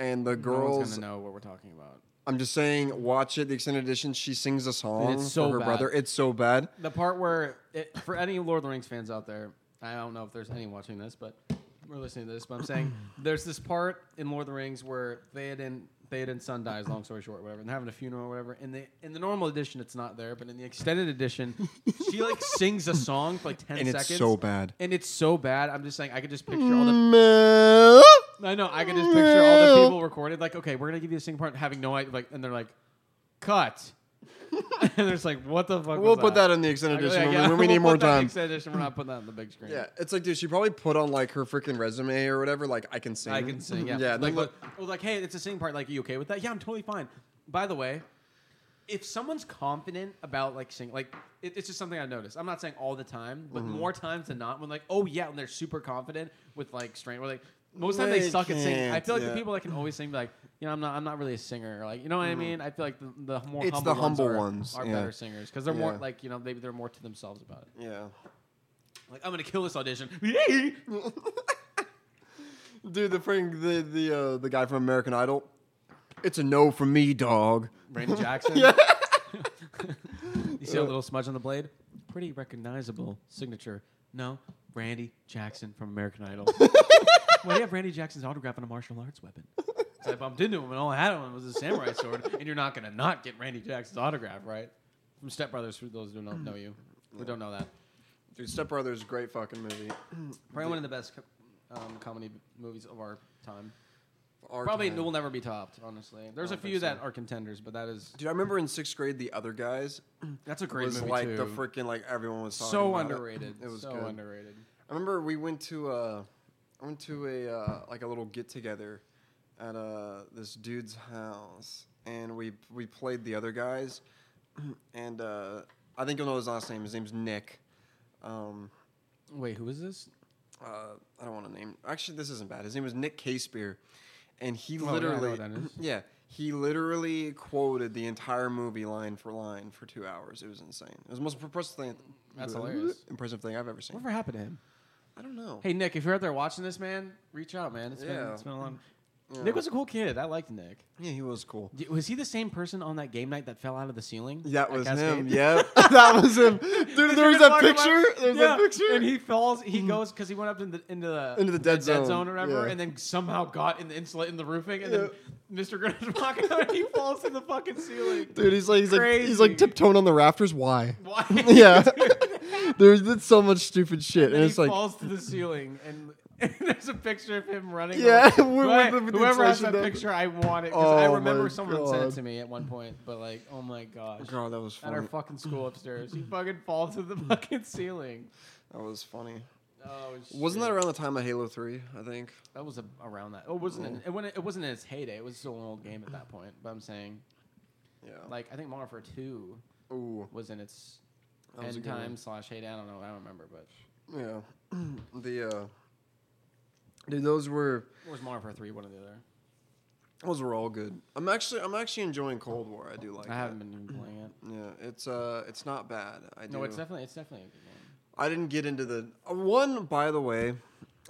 Speaker 2: and the
Speaker 1: no
Speaker 2: girls.
Speaker 1: one's gonna know what we're talking about.
Speaker 2: I'm just saying, watch it. The extended edition. She sings a song
Speaker 1: so
Speaker 2: for her
Speaker 1: bad.
Speaker 2: brother. It's so bad.
Speaker 1: The part where, it, for any Lord of the Rings fans out there, I don't know if there's any watching this, but we're listening to this. But I'm
Speaker 2: <clears throat>
Speaker 1: saying there's this part in Lord of the Rings where Theoden, Theoden's son dies. Long story short, whatever, and they're having a funeral or whatever. In the in the normal edition, it's not there, but in the extended edition,
Speaker 2: <laughs>
Speaker 1: she like sings a song for like ten
Speaker 2: And it's
Speaker 1: seconds.
Speaker 2: so bad.
Speaker 1: And it's so bad. I'm just saying, I could just picture all the
Speaker 2: Mm. Mel.
Speaker 1: I know. I could just picture all the people recorded. Like, okay, we're gonna give you a sing part, having no idea. Like, and they're like, cut. <laughs> and there's like, what the fuck?
Speaker 2: We'll
Speaker 1: was
Speaker 2: put that in the extended
Speaker 1: Like,
Speaker 2: edition
Speaker 1: yeah,
Speaker 2: when,
Speaker 1: yeah,
Speaker 2: we- when we
Speaker 1: we'll <laughs>
Speaker 2: need more
Speaker 1: put that in
Speaker 2: time.
Speaker 1: extended edition. We're not putting that on the big screen.
Speaker 2: Yeah, it's like, dude, she probably put on like her freaking resume or whatever. Like, I can sing.
Speaker 1: I can sing. Yeah,
Speaker 2: Mm-hmm. yeah.
Speaker 1: Like,
Speaker 2: Like,
Speaker 1: look, well, like, hey, it's a sing part. Like, are you okay with that? Yeah, I'm totally fine. By the way, if someone's confident about like singing, like, it, it's just something I noticed. I'm not saying all the time,
Speaker 2: Mm-hmm.
Speaker 1: but more times than not, when like, oh yeah, when they're super confident with like strength, or like. Most time they
Speaker 2: They
Speaker 1: suck at singing. I
Speaker 2: can't,
Speaker 1: feel like
Speaker 2: yeah.
Speaker 1: the people that can always sing, be like you know, I'm not, I'm not really a singer. Or like you know what I mean? I feel like the, the more
Speaker 2: Mm-hmm. It's
Speaker 1: humble
Speaker 2: the
Speaker 1: ones
Speaker 2: humble
Speaker 1: are,
Speaker 2: ones,
Speaker 1: are
Speaker 2: yeah.
Speaker 1: better singers because they're more
Speaker 2: Yeah.
Speaker 1: like you know maybe they're more to themselves about it.
Speaker 2: yeah.
Speaker 1: Like I'm gonna kill this audition. <laughs>
Speaker 2: Dude, the friend, the the uh, the guy from American Idol. It's a no from me, dog.
Speaker 1: Brandon Jackson. <laughs> you see a little smudge on the blade? Pretty recognizable signature. No, Randy Jackson from American Idol. well, you have Randy Jackson's autograph on a martial arts weapon. So I bumped into him, and all I had on him was a samurai sword. And you're not going to not get Randy Jackson's autograph, right? From Step Brothers, for those who don't know you, who don't know that.
Speaker 2: Dude, Step Brothers, is a great fucking movie.
Speaker 1: Probably one of the best co- um, comedy movies of our time.
Speaker 2: Our
Speaker 1: Probably
Speaker 2: time.
Speaker 1: will never be topped, honestly. There's a
Speaker 2: don't think
Speaker 1: few that
Speaker 2: so.
Speaker 1: are contenders, but that is
Speaker 2: Dude, I remember in sixth grade, the other guys
Speaker 1: that's a great
Speaker 2: was
Speaker 1: movie
Speaker 2: like
Speaker 1: too.
Speaker 2: the freaking like everyone was talking
Speaker 1: so
Speaker 2: about it.
Speaker 1: underrated.
Speaker 2: It was
Speaker 1: so
Speaker 2: good.
Speaker 1: underrated.
Speaker 2: I remember we went to uh, I went to a uh, like a little get together at uh, this dude's house, and we we played the other guys, <clears throat> and uh, I think you'll know his last name. His name's Nick. Um,
Speaker 1: Wait, who is this?
Speaker 2: uh, I don't want to name. Actually, this isn't bad. His name was Nick Casebeer, and he
Speaker 1: Oh, yeah, I know
Speaker 2: literally,
Speaker 1: what that is.
Speaker 2: <laughs> yeah, he literally quoted the entire movie line for line for two hours. It was insane. It was the most impressive thing.
Speaker 1: That's hilarious.
Speaker 2: <laughs> Impressive thing I've ever seen.
Speaker 1: Whatever happened to him?
Speaker 2: I don't know.
Speaker 1: Hey Nick, if you're out there watching this, man, reach out, man. It's been
Speaker 2: Yeah.
Speaker 1: it's been a long.
Speaker 2: Yeah.
Speaker 1: Nick was a cool kid. I liked Nick.
Speaker 2: yeah, he was cool.
Speaker 1: D- Was he the same person on that game night that fell out of the ceiling?
Speaker 2: That
Speaker 1: at
Speaker 2: was
Speaker 1: Cascade? <laughs>
Speaker 2: him. Yep, <laughs> that was him. Dude, there was that
Speaker 1: Talking about-
Speaker 2: picture. There's
Speaker 1: yeah,
Speaker 2: that picture. Mm-hmm.
Speaker 1: and he falls. He goes because he went up in the, into the
Speaker 2: Into the dead zone,
Speaker 1: zone or whatever,
Speaker 2: yeah.
Speaker 1: and then somehow got in the insulate in the roofing, and
Speaker 2: Yeah.
Speaker 1: then Mr. Grunge walking out, and <laughs> he falls to the fucking ceiling.
Speaker 2: Dude, he's like he's like he's like
Speaker 1: Crazy.
Speaker 2: tiptoeing on the rafters. Why?
Speaker 1: Why?
Speaker 2: <laughs> yeah,
Speaker 1: <laughs>
Speaker 2: there's that's so much stupid shit, and,
Speaker 1: And
Speaker 2: it's
Speaker 1: he
Speaker 2: like
Speaker 1: falls to the ceiling, and, <laughs> and there's a picture of him running.
Speaker 2: Yeah, <laughs>
Speaker 1: away.
Speaker 2: with-
Speaker 1: Right,
Speaker 2: with the- with the
Speaker 1: whoever has
Speaker 2: inflation
Speaker 1: that
Speaker 2: down.
Speaker 1: picture, I want it because
Speaker 2: Oh
Speaker 1: I remember
Speaker 2: my
Speaker 1: someone said it
Speaker 2: God.
Speaker 1: to me at one point. But like, oh my gosh,
Speaker 2: God, that was
Speaker 1: at our
Speaker 2: funny.
Speaker 1: fucking school upstairs, he fucking falls to the <laughs> fucking ceiling.
Speaker 2: That was funny.
Speaker 1: Oh,
Speaker 2: Wasn't
Speaker 1: shit.
Speaker 2: that around the time of Halo Three? I think.
Speaker 1: That was a, around that. Oh, It wasn't. In, it, when it, wasn't in its heyday. It was still an old game at that point. But I'm saying,
Speaker 2: Yeah.
Speaker 1: like, I think Modern Warfare Two
Speaker 2: Ooh.
Speaker 1: was in its
Speaker 2: That was a
Speaker 1: end
Speaker 2: good one.
Speaker 1: time slash heyday. I don't know. I don't remember. But
Speaker 2: Yeah. <clears throat> the uh Dude, those were
Speaker 1: it was Modern Warfare Three, one or the other.
Speaker 2: those were all good. I'm actually I'm actually enjoying Cold War. I do like
Speaker 1: I
Speaker 2: that.
Speaker 1: haven't been playing it.
Speaker 2: Yeah, it's uh it's not bad. I do.
Speaker 1: No, it's definitely it's definitely a good game.
Speaker 2: I didn't get into the uh, one by the way.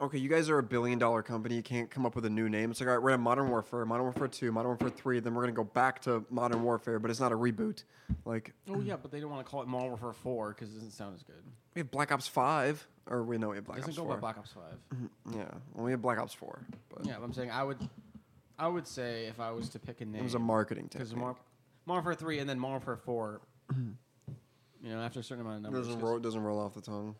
Speaker 2: Okay, you guys are a billion dollar company. You can't come up with a new name. It's like, all right, we're at Modern Warfare, Modern Warfare 2, Modern Warfare 3, then we're going to go back to Modern Warfare, but it's not a reboot. Like, <clears throat>
Speaker 1: Oh yeah, but they don't want to call it Modern Warfare Four because it doesn't sound as good.
Speaker 2: we have Black Ops 5, or we know we have Black
Speaker 1: It doesn't
Speaker 2: Ops
Speaker 1: go
Speaker 2: 4.
Speaker 1: by Black Ops Five.
Speaker 2: yeah, well, we have Black Ops 4. But
Speaker 1: yeah, but I'm saying I would, I would say if I was to pick a name,
Speaker 2: it was a marketing
Speaker 1: because
Speaker 2: technique.
Speaker 1: Mar- Modern Warfare Three and then Modern Warfare Four. <clears throat> you know, after a certain amount of numbers,
Speaker 2: doesn't,
Speaker 1: 'cause-
Speaker 2: roll, doesn't roll off the tongue.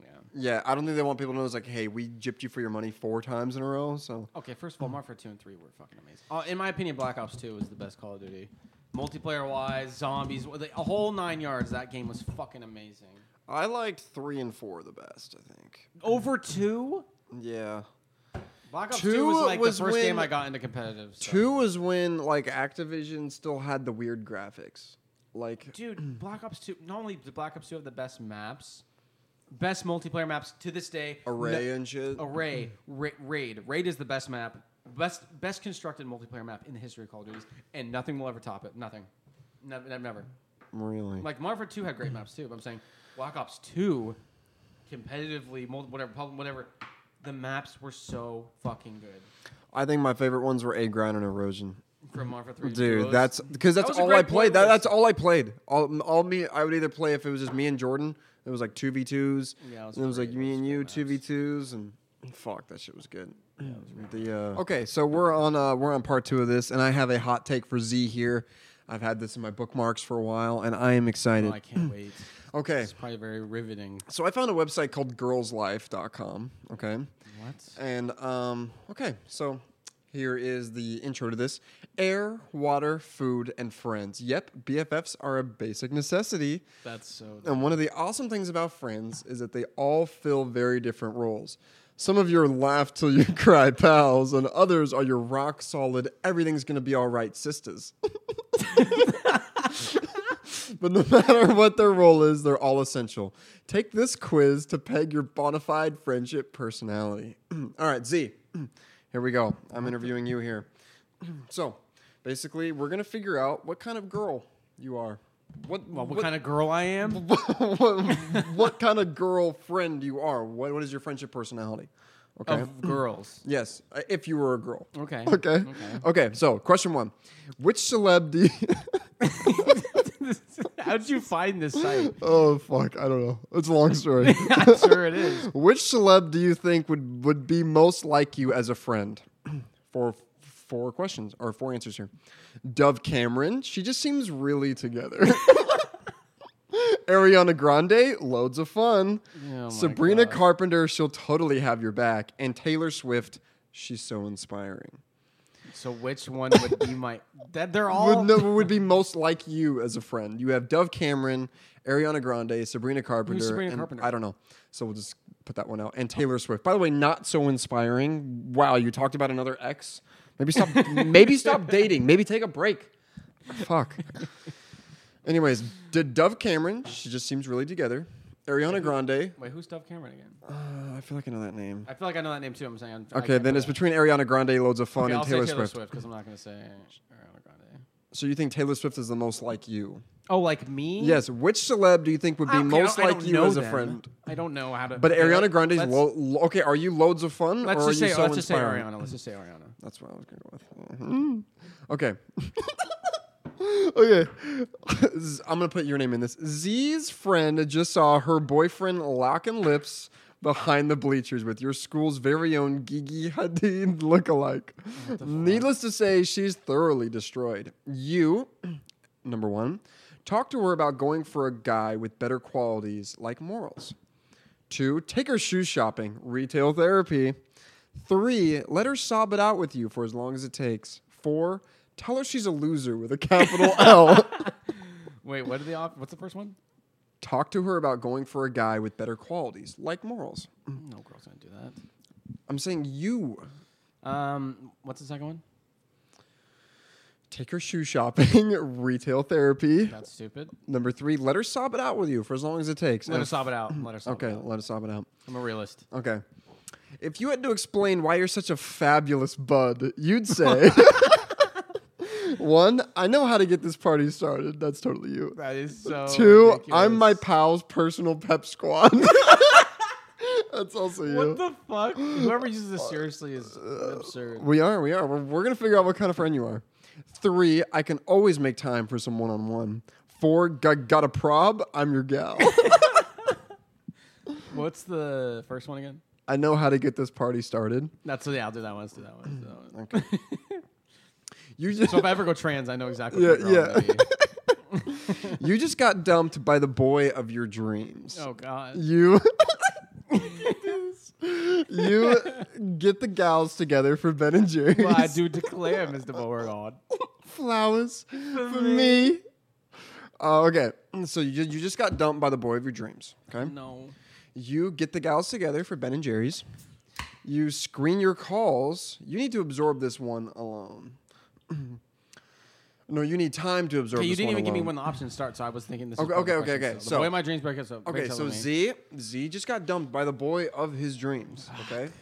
Speaker 1: yeah.
Speaker 2: Yeah, I don't think they want people to know it's like, hey, we gypped you for your money four times in a row. So
Speaker 1: Okay, first of all, Modern Warfare Two and Three were fucking amazing. Uh, in my opinion, Black Ops Two was the best Call of Duty, multiplayer wise, zombies, wh- the- a whole nine yards. That game was fucking amazing.
Speaker 2: I liked three and four the best, I think.
Speaker 1: Over two.
Speaker 2: Yeah.
Speaker 1: Black Ops
Speaker 2: Two
Speaker 1: Two, was like
Speaker 2: was
Speaker 1: the first
Speaker 2: when-
Speaker 1: game I got into competitive. so-
Speaker 2: Two was when like Activision still had the weird graphics. Like
Speaker 1: dude, Black Ops Two. Not only did Black Ops Two have the best maps, best multiplayer maps to this day.
Speaker 2: array and shit.
Speaker 1: no- Oh. array,
Speaker 2: Mm-hmm.
Speaker 1: ra- raid. Raid is the best map, best best constructed multiplayer map in the history of Call of Duty, and nothing will ever top it. Nothing, never, never. never.
Speaker 2: Really?
Speaker 1: Like Modern Warfare Two had great maps too, but I'm saying Black Ops Two, competitively, multi- whatever, pub- whatever, the maps were so fucking good.
Speaker 2: I think my favorite ones were A Grind and Erosion.
Speaker 1: From one for three.
Speaker 2: Dude,
Speaker 1: duos.
Speaker 2: that's because that's
Speaker 1: was a
Speaker 2: all
Speaker 1: great
Speaker 2: I played. That,
Speaker 1: playlist.
Speaker 2: that's all I played. All, all me. I would either play if it was just me and Jordan. It was like two v twos.
Speaker 1: Yeah, it was
Speaker 2: and it was like
Speaker 1: pretty- it
Speaker 2: me
Speaker 1: was
Speaker 2: and you
Speaker 1: pretty
Speaker 2: two v twos and fuck that shit was good. the uh,
Speaker 1: nice.
Speaker 2: okay, so we're on uh, we're on part two of this, and I have a hot take for Z here. I've had this in my bookmarks for a while, and I am excited.
Speaker 1: Oh, I can't wait.
Speaker 2: okay,
Speaker 1: It's probably very riveting.
Speaker 2: so I found a website called GirlsLife.com. Okay.
Speaker 1: What?
Speaker 2: And um, okay, so here is the intro to this air, water, food, and friends. Yep, BFFs are a basic necessity.
Speaker 1: That's so.
Speaker 2: And one of the awesome things about friends is that they all fill very different roles. Some of your laugh till you <laughs> cry pals, and others are your rock solid, everything's gonna be all right sisters. <laughs> but no <laughs> matter what their role is, they're all essential. Take this quiz to peg your bona fide friendship personality. <clears throat> all right, Z, here we go. I'm interviewing you here. <clears throat> so basically, we're gonna figure out what kind of girl you are. What,
Speaker 1: Well, what, kind of girl I am?
Speaker 2: what, <laughs> what kind of girlfriend you are. What, what is your friendship personality? Okay.
Speaker 1: Of girls.
Speaker 2: yes, uh, if you were a girl.
Speaker 1: Okay.
Speaker 2: <laughs> Okay. Okay. so, question one: Which celeb do? You <laughs>
Speaker 1: How did you find this site? <laughs>
Speaker 2: oh fuck! I don't know. It's a long story.
Speaker 1: I'm sure it is.
Speaker 2: Which celeb do you think would would be most like you as a friend? <clears throat> Four four questions or four answers here. Dove Cameron, she just seems really together. <laughs> Ariana Grande, loads of fun.
Speaker 1: Oh my
Speaker 2: Sabrina
Speaker 1: God.
Speaker 2: Carpenter, she'll totally have your back. And Taylor Swift, she's so inspiring.
Speaker 1: So which one would
Speaker 2: <laughs>
Speaker 1: be my? That they're all.
Speaker 2: Would, no, would be most like you as a friend. You have Dove Cameron, Ariana Grande, Sabrina Carpenter.
Speaker 1: Sabrina
Speaker 2: and-
Speaker 1: Carpenter?
Speaker 2: I don't know. So we'll just put that one out. And Taylor Swift. By the way, not so inspiring. Wow, you talked about another ex. Maybe
Speaker 1: <laughs>
Speaker 2: stop. maybe stop dating. Maybe take a break. Fuck. Anyways, D- Dove Cameron. She just seems really together. Ariana Grande.
Speaker 1: Wait, who's Dove Cameron again?
Speaker 2: Uh, I feel like I know that name.
Speaker 1: I feel like I know that name too. I'm saying. I'm, I
Speaker 2: Okay,
Speaker 1: can't
Speaker 2: then
Speaker 1: do
Speaker 2: it's
Speaker 1: that.
Speaker 2: between Ariana Grande, loads of fun,
Speaker 1: Okay,
Speaker 2: and
Speaker 1: I'll
Speaker 2: Taylor,
Speaker 1: say Taylor
Speaker 2: Swift.
Speaker 1: Swift because I'm not gonna say Ariana Grande.
Speaker 2: So you think Taylor Swift is the most like you?
Speaker 1: Oh, like me?
Speaker 2: Yes. Which celeb do you think would
Speaker 1: I
Speaker 2: be
Speaker 1: don't care,
Speaker 2: most
Speaker 1: I don't
Speaker 2: like you
Speaker 1: know
Speaker 2: as a
Speaker 1: them.
Speaker 2: friend?
Speaker 1: I don't know how to.
Speaker 2: But
Speaker 1: okay,
Speaker 2: Ariana
Speaker 1: let-
Speaker 2: Grande's
Speaker 1: let's-
Speaker 2: lo- lo- okay. Are you loads of fun,
Speaker 1: Let's
Speaker 2: or are
Speaker 1: just say.
Speaker 2: you so
Speaker 1: let's just say
Speaker 2: inspiring?
Speaker 1: Ariana. Let's just say Ariana.
Speaker 2: That's what I was gonna go with. Mhm. Okay. okay. <laughs> Z- I'm gonna put your name in this. Z's friend just saw her boyfriend locking lips behind the bleachers with your school's very own Gigi Hadid lookalike. Needless to say, she's thoroughly destroyed. You, number one, talk to her about going for a guy with better qualities like morals. Two, take her shoe shopping, retail therapy. Three, let her sob it out with you for as long as it takes. Four, tell her she's a loser with a
Speaker 1: <laughs>
Speaker 2: capital L.
Speaker 1: Wait, what are the op- What's the first one?
Speaker 2: Talk to her about going for a guy with better qualities, like morals.
Speaker 1: No girl's gonna do that.
Speaker 2: I'm saying you
Speaker 1: Um, what's the second one?
Speaker 2: take her shoe shopping, <laughs> retail therapy.
Speaker 1: That's stupid.
Speaker 2: Number three, let her sob it out with you for as long as it takes.
Speaker 1: Let
Speaker 2: And
Speaker 1: her
Speaker 2: f-
Speaker 1: sob it out. Let her sob
Speaker 2: Okay,
Speaker 1: it out.
Speaker 2: let her sob it out.
Speaker 1: I'm a realist.
Speaker 2: Okay. If you had to explain why you're such a fabulous bud,
Speaker 1: <laughs>
Speaker 2: you'd say one, I know how to get this party started. That's totally you.
Speaker 1: That is so.
Speaker 2: Two, I'm
Speaker 1: ridiculous.
Speaker 2: my pal's personal pep
Speaker 1: <laughs>
Speaker 2: squad. That's also you.
Speaker 1: What the
Speaker 2: <gasps>
Speaker 1: fuck? Whoever uses this seriously is absurd.
Speaker 2: we are, we are. We're, we're going to figure out what kind of friend you are. Three, I can always make time for some one on one. Four, got, got a prob, I'm
Speaker 1: <laughs>
Speaker 2: your gal.
Speaker 1: What's the first one again?
Speaker 2: I know how to get this party started.
Speaker 1: That's yeah. I'll do that one. Let's do that one. Let's do that one.
Speaker 2: Okay. You
Speaker 1: <laughs>
Speaker 2: just,
Speaker 1: So if I ever go trans, I know exactly.
Speaker 2: Yeah,
Speaker 1: What yeah.
Speaker 2: yeah. you just got dumped by the boy of your dreams.
Speaker 1: Oh
Speaker 2: <laughs>
Speaker 1: god.
Speaker 2: You you get the gals together for Ben and Jerry's.
Speaker 1: Well, I do declare, Mr. Beauregard.
Speaker 2: flowers for, me.
Speaker 1: me.
Speaker 2: Uh, okay, so you you just got dumped by the boy of your dreams. Okay,
Speaker 1: No.
Speaker 2: you get the gals together for Ben and Jerry's. You screen your calls. You need to absorb this one alone. <clears throat> no, you need time to absorb.
Speaker 1: Okay, you
Speaker 2: this
Speaker 1: didn't even give me
Speaker 2: alone.
Speaker 1: when the options start, so I was thinking this.
Speaker 2: Okay,
Speaker 1: is one of the
Speaker 2: okay, okay,
Speaker 1: questions,
Speaker 2: okay,
Speaker 1: So,
Speaker 2: so-
Speaker 1: the way my dreams break up. So
Speaker 2: Okay,
Speaker 1: breaks up
Speaker 2: so
Speaker 1: with me.
Speaker 2: Z Z just got dumped by the boy of his dreams.
Speaker 1: <sighs>
Speaker 2: Okay,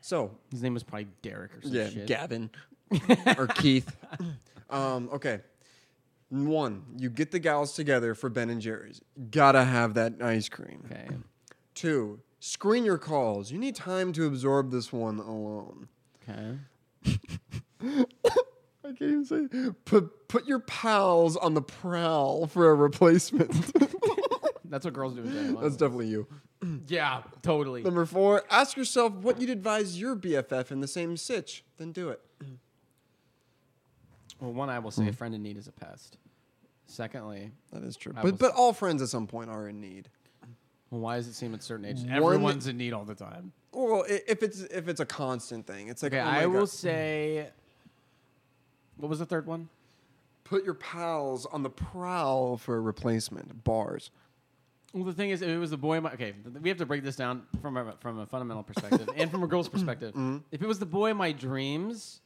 Speaker 2: so
Speaker 1: His name was probably Derek or some
Speaker 2: yeah,
Speaker 1: shit. <laughs>
Speaker 2: Gavin or Keith. Um, okay, one you get the gals together for Ben and Jerry's. Gotta have that ice cream.
Speaker 1: Okay.
Speaker 2: Two Screen your calls. You need time to absorb this one alone.
Speaker 1: Okay.
Speaker 2: I can't even say. Put put your pals on the prowl for a replacement. <laughs>
Speaker 1: That's what girls do in general.
Speaker 2: That's definitely you.
Speaker 1: yeah, totally.
Speaker 2: Number four. Ask yourself what you'd advise your BFF in the same sitch. Then do it.
Speaker 1: Well, one, I will say a
Speaker 2: Mm-hmm.
Speaker 1: friend in need is a pest. Secondly,
Speaker 2: That is true.
Speaker 1: I
Speaker 2: But
Speaker 1: was-
Speaker 2: but all friends at some point are in need.
Speaker 1: well, why does it seem at certain ages
Speaker 2: One-
Speaker 1: everyone's in need all the time?
Speaker 2: Well, i- if it's if it's a constant thing, it's like
Speaker 1: Okay,
Speaker 2: oh my
Speaker 1: I will
Speaker 2: God.
Speaker 1: say. What was the third one?
Speaker 2: put your pals on the prowl for a replacement. Bars.
Speaker 1: Well, the thing is, if it was the boy in my okay. th- We have to break this down from a, from a fundamental perspective and from a girl's
Speaker 2: Mm-hmm.
Speaker 1: perspective. If it was the boy in my dreams,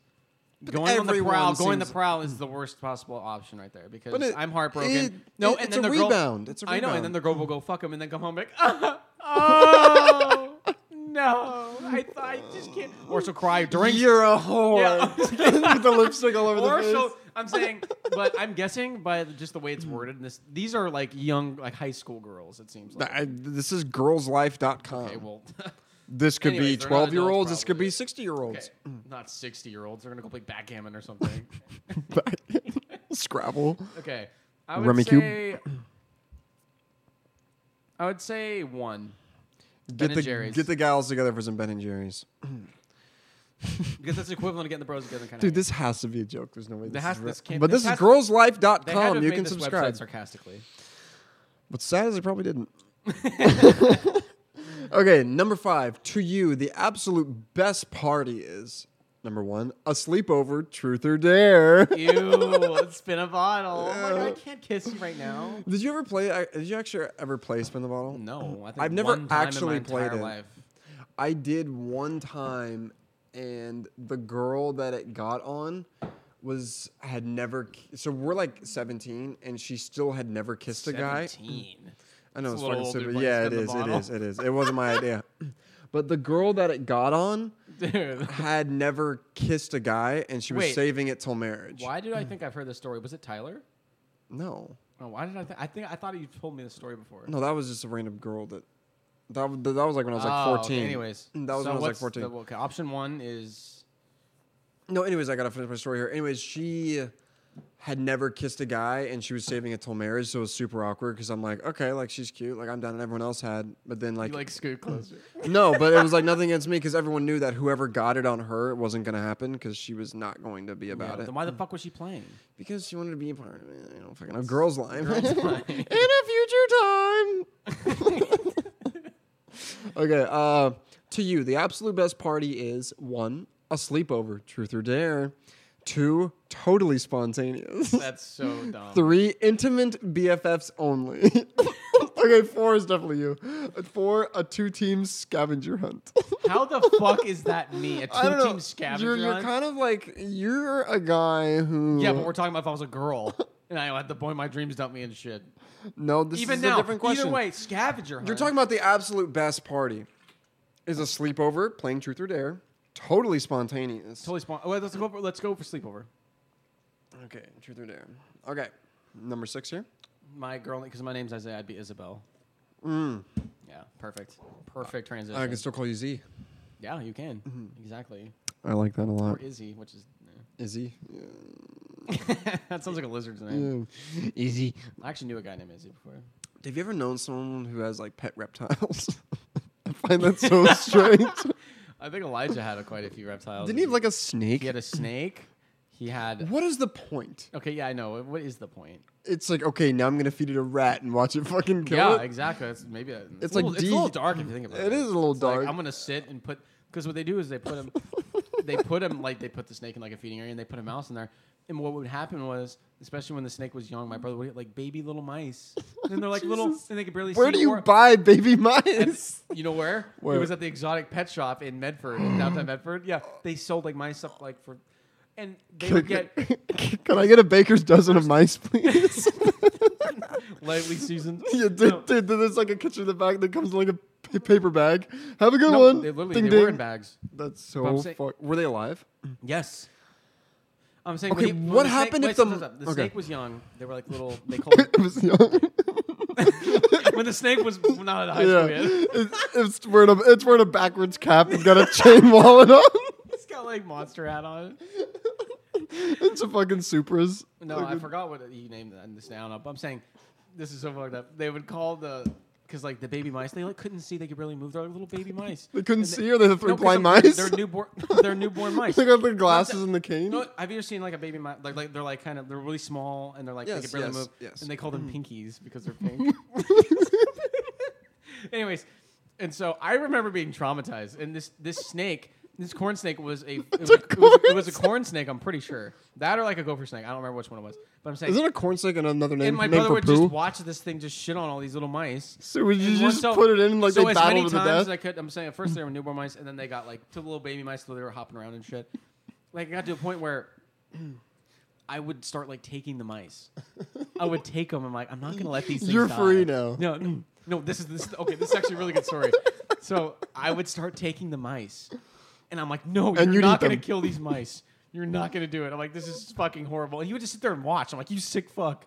Speaker 1: going on the
Speaker 2: everyone
Speaker 1: prowl, going the
Speaker 2: seems-
Speaker 1: prowl is the worst possible option right there because
Speaker 2: But it-
Speaker 1: I'm heartbroken.
Speaker 2: it-
Speaker 1: no,
Speaker 2: it-
Speaker 1: and
Speaker 2: it's
Speaker 1: then
Speaker 2: a
Speaker 1: the girl-
Speaker 2: rebound. It's a
Speaker 1: I know, and
Speaker 2: rebound.
Speaker 1: then the girl will go fuck him and then come home and be
Speaker 2: <laughs>
Speaker 1: like, oh no, I, I just can't. Or she'll cry during
Speaker 2: You're a whore.
Speaker 1: Yeah.
Speaker 2: <laughs> With the lipstick all over
Speaker 1: or
Speaker 2: the face.
Speaker 1: she'll, I'm saying, but I'm guessing by just the way it's worded. and This these are like young, like high school girls. It seems like.
Speaker 2: I, this is girlslife.com.
Speaker 1: Okay, well, <laughs>
Speaker 2: this could
Speaker 1: anyways,
Speaker 2: be
Speaker 1: they're not
Speaker 2: 12 year olds.
Speaker 1: adults
Speaker 2: This could
Speaker 1: probably.
Speaker 2: be 60 year
Speaker 1: okay,
Speaker 2: olds.
Speaker 1: not sixty year olds. They're gonna go play backgammon or <laughs> something.
Speaker 2: <laughs> Scrabble.
Speaker 1: okay, I would
Speaker 2: Rummy cube.
Speaker 1: say. I would say one
Speaker 2: Get
Speaker 1: and
Speaker 2: the,
Speaker 1: Jerry's.
Speaker 2: get the gals together for some Ben and Jerry's.
Speaker 1: because that's equivalent to getting the bros together. Kind
Speaker 2: Dude, this has to be a joke. There's no way
Speaker 1: There
Speaker 2: this
Speaker 1: has-
Speaker 2: is
Speaker 1: this
Speaker 2: real.
Speaker 1: can't-
Speaker 2: But
Speaker 1: this
Speaker 2: this is
Speaker 1: has- they had to
Speaker 2: girlslife.com.
Speaker 1: have
Speaker 2: You
Speaker 1: made
Speaker 2: can
Speaker 1: this website
Speaker 2: subscribe.
Speaker 1: sarcastically.
Speaker 2: What's sad is it probably didn't. okay, number five. To you, the absolute best party is number one, a sleepover, truth or dare.
Speaker 1: Ew, let's spin a bottle. Oh my God, I
Speaker 2: Yeah.
Speaker 1: can't kiss you right now.
Speaker 2: <laughs> Did you ever play? I- Did you actually ever play Spin the Bottle?
Speaker 1: No, I think
Speaker 2: I've never
Speaker 1: one time in my
Speaker 2: actually played
Speaker 1: entire
Speaker 2: it.
Speaker 1: Life.
Speaker 2: I did one time, and the girl that it got on was had never. ki- So we're like seventeen, and she still had never kissed a guy.
Speaker 1: 17.
Speaker 2: I
Speaker 1: It's
Speaker 2: know it's
Speaker 1: a little
Speaker 2: fucking
Speaker 1: older,
Speaker 2: stupid.
Speaker 1: but
Speaker 2: Yeah, it
Speaker 1: it's in
Speaker 2: is.
Speaker 1: the
Speaker 2: It
Speaker 1: bottle.
Speaker 2: is. It is. It wasn't my idea. But the girl that it got on
Speaker 1: Dude.
Speaker 2: had never kissed a guy, and she was
Speaker 1: Wait.
Speaker 2: saving it till
Speaker 1: <laughs>
Speaker 2: marriage.
Speaker 1: Why did I think I've heard this story? Was it Tyler?
Speaker 2: No,
Speaker 1: Oh, why did I think I think I thought you told me this story before.
Speaker 2: no, that was just a random girl that. That, w- that was like when I was like
Speaker 1: Oh, okay,
Speaker 2: 14.
Speaker 1: Anyways,
Speaker 2: that was
Speaker 1: so
Speaker 2: when I was like
Speaker 1: what's
Speaker 2: 14.
Speaker 1: the- okay, option one is
Speaker 2: No, anyways, I gotta finish my story here. Anyways, she had never kissed a guy and she was saving it till marriage, so it was super awkward because I'm like, okay, like she's cute, like I'm down, and everyone else had, but then like,
Speaker 1: you like scoot closer.
Speaker 2: no, but it was
Speaker 1: <laughs>
Speaker 2: like nothing against me because everyone knew that whoever got it on her, it wasn't gonna happen because she was not going to be about
Speaker 1: Yeah,
Speaker 2: it
Speaker 1: Then why the fuck was she playing?
Speaker 2: because she wanted to be a part of it, you know, fucking a girl's life <laughs>
Speaker 1: Girl's life.
Speaker 2: in a future time. <laughs> okay, uh, to you, the absolute best party is one, a sleepover, truth or dare. Two, totally <laughs> spontaneous.
Speaker 1: That's so dumb.
Speaker 2: Three, intimate BFFs only. <laughs> okay, four is definitely you. At Four, a two team scavenger hunt.
Speaker 1: How the fuck is that me? A
Speaker 2: <laughs> I don't know.
Speaker 1: two-team scavenger
Speaker 2: You're, you're
Speaker 1: hunt?
Speaker 2: kind of like, you're a guy who.
Speaker 1: yeah, but we're talking about if I was a girl and I had the boy my dreams dump me and shit.
Speaker 2: No, this
Speaker 1: Even
Speaker 2: is
Speaker 1: now,
Speaker 2: a different question.
Speaker 1: either way, scavenger hunt.
Speaker 2: You're talking about the absolute best party. Is a sleepover, playing truth or dare, totally spontaneous.
Speaker 1: totally spawn. Well, let's go for let's go for sleepover.
Speaker 2: Okay, truth or dare. Okay, number six here.
Speaker 1: My girl, because my name's Isaiah, I'd be Isabel. Yeah, perfect. Perfect transition.
Speaker 2: Mm. I Mm-hmm. can still call you Z.
Speaker 1: yeah, you can. Exactly.
Speaker 2: I like that a
Speaker 1: Or
Speaker 2: lot.
Speaker 1: Izzy, which
Speaker 2: <laughs>
Speaker 1: is.
Speaker 2: Izzy.
Speaker 1: <laughs> that sounds like a lizard's name.
Speaker 2: Yeah. Izzy.
Speaker 1: I actually knew a guy named Izzy before.
Speaker 2: Have you ever known someone who has like pet reptiles? <laughs> I find that so strange.
Speaker 1: I think Elijah had a, quite a few reptiles.
Speaker 2: <laughs> Didn't he have like a snake?
Speaker 1: He had a snake. He had.
Speaker 2: what is the point?
Speaker 1: Okay, yeah, I know. What is the point?
Speaker 2: It's like okay, now I'm gonna feed it a rat and watch it fucking kill
Speaker 1: yeah,
Speaker 2: it.
Speaker 1: exactly. That's maybe a,
Speaker 2: It's
Speaker 1: it's,
Speaker 2: like
Speaker 1: like it's a little
Speaker 2: D-
Speaker 1: dark if you think about it.
Speaker 2: It is a little
Speaker 1: It's like,
Speaker 2: dark.
Speaker 1: I'm gonna sit and put because what they do is they put
Speaker 2: <laughs>
Speaker 1: him, they put him like they put the snake in like a feeding area and they put a mouse in there. And what would happen was, especially when the snake was young, my brother would get like baby little
Speaker 2: <laughs>
Speaker 1: mice, and they're like little,
Speaker 2: Jesus.
Speaker 1: and they could barely see.
Speaker 2: Where do you
Speaker 1: or-
Speaker 2: buy baby mice?
Speaker 1: you know where?
Speaker 2: <laughs> Where?
Speaker 1: It was at the exotic pet shop in Medford, in downtown Medford. Yeah, they sold like mice up like for, and they would get
Speaker 2: Can I get a baker's dozen of
Speaker 1: <laughs>
Speaker 2: mice, please?
Speaker 1: lightly seasoned.
Speaker 2: <laughs> yeah, dude,
Speaker 1: No.
Speaker 2: dude, there's like a kitchen in the back that comes in like a pa- paper bag. Have a good
Speaker 1: No,
Speaker 2: one.
Speaker 1: they literally
Speaker 2: Ding,
Speaker 1: they
Speaker 2: ding.
Speaker 1: were in bags.
Speaker 2: That's
Speaker 1: But
Speaker 2: so
Speaker 1: I'm saying-
Speaker 2: fuck. Were they <laughs> alive?
Speaker 1: Yes. I'm saying. when
Speaker 2: Okay,
Speaker 1: he- when
Speaker 2: what
Speaker 1: the snake-
Speaker 2: happened if
Speaker 1: wait, stop,
Speaker 2: the-
Speaker 1: stop, stop. the <laughs>
Speaker 2: okay. <laughs>
Speaker 1: snake was young? They were like little. They called.
Speaker 2: it was young. it
Speaker 1: when the snake was not at high
Speaker 2: Yeah,
Speaker 1: school yet. <laughs>
Speaker 2: it's, it's wearing a it's wearing a backwards cap and got a chain <laughs> wallet on.
Speaker 1: It's got like monster hat on it.
Speaker 2: It's a fucking Supras.
Speaker 1: No,
Speaker 2: Like,
Speaker 1: I
Speaker 2: <laughs>
Speaker 1: forgot what he named that- this down up. I'm saying this is so fucked up. They would call the because like the baby mice, they like couldn't see. They could barely move. They're like little baby mice.
Speaker 2: They couldn't
Speaker 1: And
Speaker 2: see, or they had three
Speaker 1: 'cause
Speaker 2: blind
Speaker 1: they're-
Speaker 2: mice?
Speaker 1: They're newborn. They're newborn mice.
Speaker 2: <laughs> They got the glasses and the cane.
Speaker 1: No, have you ever seen like a baby mouse? Like, like they're like kind of they're really small and they're like they
Speaker 2: Yes,
Speaker 1: can barely
Speaker 2: yes,
Speaker 1: move.
Speaker 2: yes. Mm.
Speaker 1: And they call them pinkies because they're
Speaker 2: <laughs>
Speaker 1: pink. <laughs> Anyways, and so I remember being traumatized. And this this snake, this corn snake was a it was,
Speaker 2: a
Speaker 1: it was- it
Speaker 2: corn
Speaker 1: was a corn snake. I'm pretty sure that or like a gopher snake. I don't remember which one it was. But I'm saying.
Speaker 2: Is it a corn snake and another name,
Speaker 1: and my
Speaker 2: name
Speaker 1: brother
Speaker 2: for
Speaker 1: would
Speaker 2: poo?
Speaker 1: just watch this thing just shit on all these little mice.
Speaker 2: so would you
Speaker 1: And one-
Speaker 2: just
Speaker 1: so-
Speaker 2: put it in like
Speaker 1: so
Speaker 2: they
Speaker 1: as
Speaker 2: battle
Speaker 1: many
Speaker 2: to the
Speaker 1: times
Speaker 2: death?
Speaker 1: as I could. I'm saying at first they were newborn mice, and then they got like to little baby mice, so they were hopping around and shit. Like it got to a point where <clears throat> I would start like taking the mice. I would take them. I'm like, I'm not gonna let these. Things
Speaker 2: You're
Speaker 1: die.
Speaker 2: free now.
Speaker 1: No, no, <clears throat> no. This is this. Okay, this is actually a really good story. So I would start taking the mice, and I'm like, no,
Speaker 2: And
Speaker 1: you're
Speaker 2: you'd
Speaker 1: not
Speaker 2: eat them.
Speaker 1: gonna kill
Speaker 2: <laughs>
Speaker 1: these mice. You're not gonna do it. I'm like, this is fucking horrible. And he would just sit there and watch. I'm like, you sick fuck.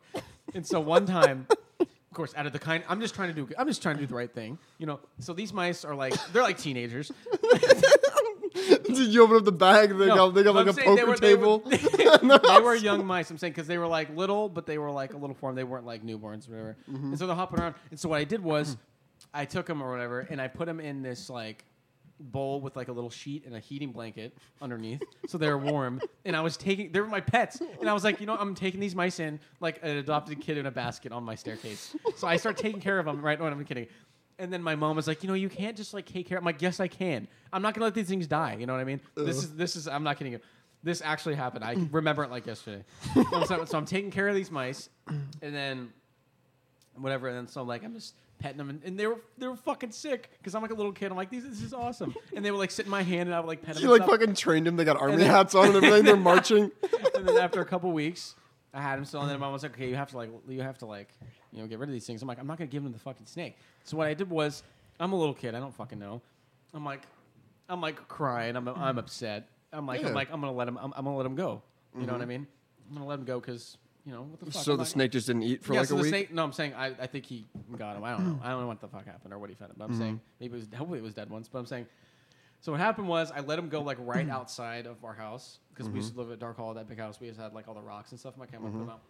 Speaker 1: And so one time, of course, out of the kind, I'm just trying to do. I'm just trying to do the right thing, you know. So these mice are like, they're like teenagers.
Speaker 2: <laughs> Did you open up the bag? They
Speaker 1: No,
Speaker 2: got they got
Speaker 1: but
Speaker 2: like a
Speaker 1: I'm saying
Speaker 2: poker
Speaker 1: they
Speaker 2: table.
Speaker 1: Were, they, were, <laughs> they were young mice. I'm saying because they were like little, but they were like a little form. They weren't like newborns or whatever.
Speaker 2: Mm-hmm.
Speaker 1: And so they're hopping around. And so what I did was, I took them or whatever, and I put them in this like bowl with like a little sheet and a heating blanket underneath, so they were warm. And I was taking, they were my pets, and I was like, you know, I'm taking these mice in like an adopted kid in a basket on my staircase. So I start taking care of them. Right? No, I'm kidding. And then my mom was like, you know, you can't just like take care. I'm like, yes, I can. I'm not gonna let these things die. You know what I mean? This is this is. I'm not kidding you. This actually happened. I remember it like yesterday. No, so, so I'm taking care of these mice, and then whatever. And then so like I'm just petting them, and, and they were they were fucking sick because I'm like a little kid. I'm like, these this is
Speaker 2: <laughs>
Speaker 1: awesome. And they would like sit in my hand, and I would like pet them.
Speaker 2: you
Speaker 1: and
Speaker 2: like
Speaker 1: stuff.
Speaker 2: fucking trained him. They got army
Speaker 1: then-
Speaker 2: hats on and
Speaker 1: <laughs>
Speaker 2: everything. They're marching.
Speaker 1: and then after a
Speaker 2: <laughs>
Speaker 1: couple weeks, I had him still, and then my mom was like, "Okay, you have to like, you have to like, you know, get rid of these things." I'm like, "I'm not gonna give him the fucking snake." So what I did was, I'm a little kid, I don't fucking know. I'm like, I'm like crying, I'm I'm upset. I'm like,
Speaker 2: Yeah. Mm-hmm.
Speaker 1: I'm like, I'm gonna let him, I'm, I'm gonna let him go. You know what I mean? I'm gonna let him go because you know what the fuck.
Speaker 2: So
Speaker 1: I'm
Speaker 2: the
Speaker 1: not-
Speaker 2: snake just didn't eat for
Speaker 1: yeah,
Speaker 2: like
Speaker 1: so
Speaker 2: a
Speaker 1: the
Speaker 2: week.
Speaker 1: snake. No, I'm saying I, I think he got him. I don't know. I don't know what the fuck happened or what he fed him. But I'm saying
Speaker 2: Mm-hmm.
Speaker 1: maybe it was hopefully it was dead once. But I'm saying so what happened was I let him go like right
Speaker 2: Mm-hmm.
Speaker 1: outside of our house because we used to live at Dark Hall, that big house. We just had like all the rocks and stuff. My camera
Speaker 2: Mm-hmm.
Speaker 1: put him out,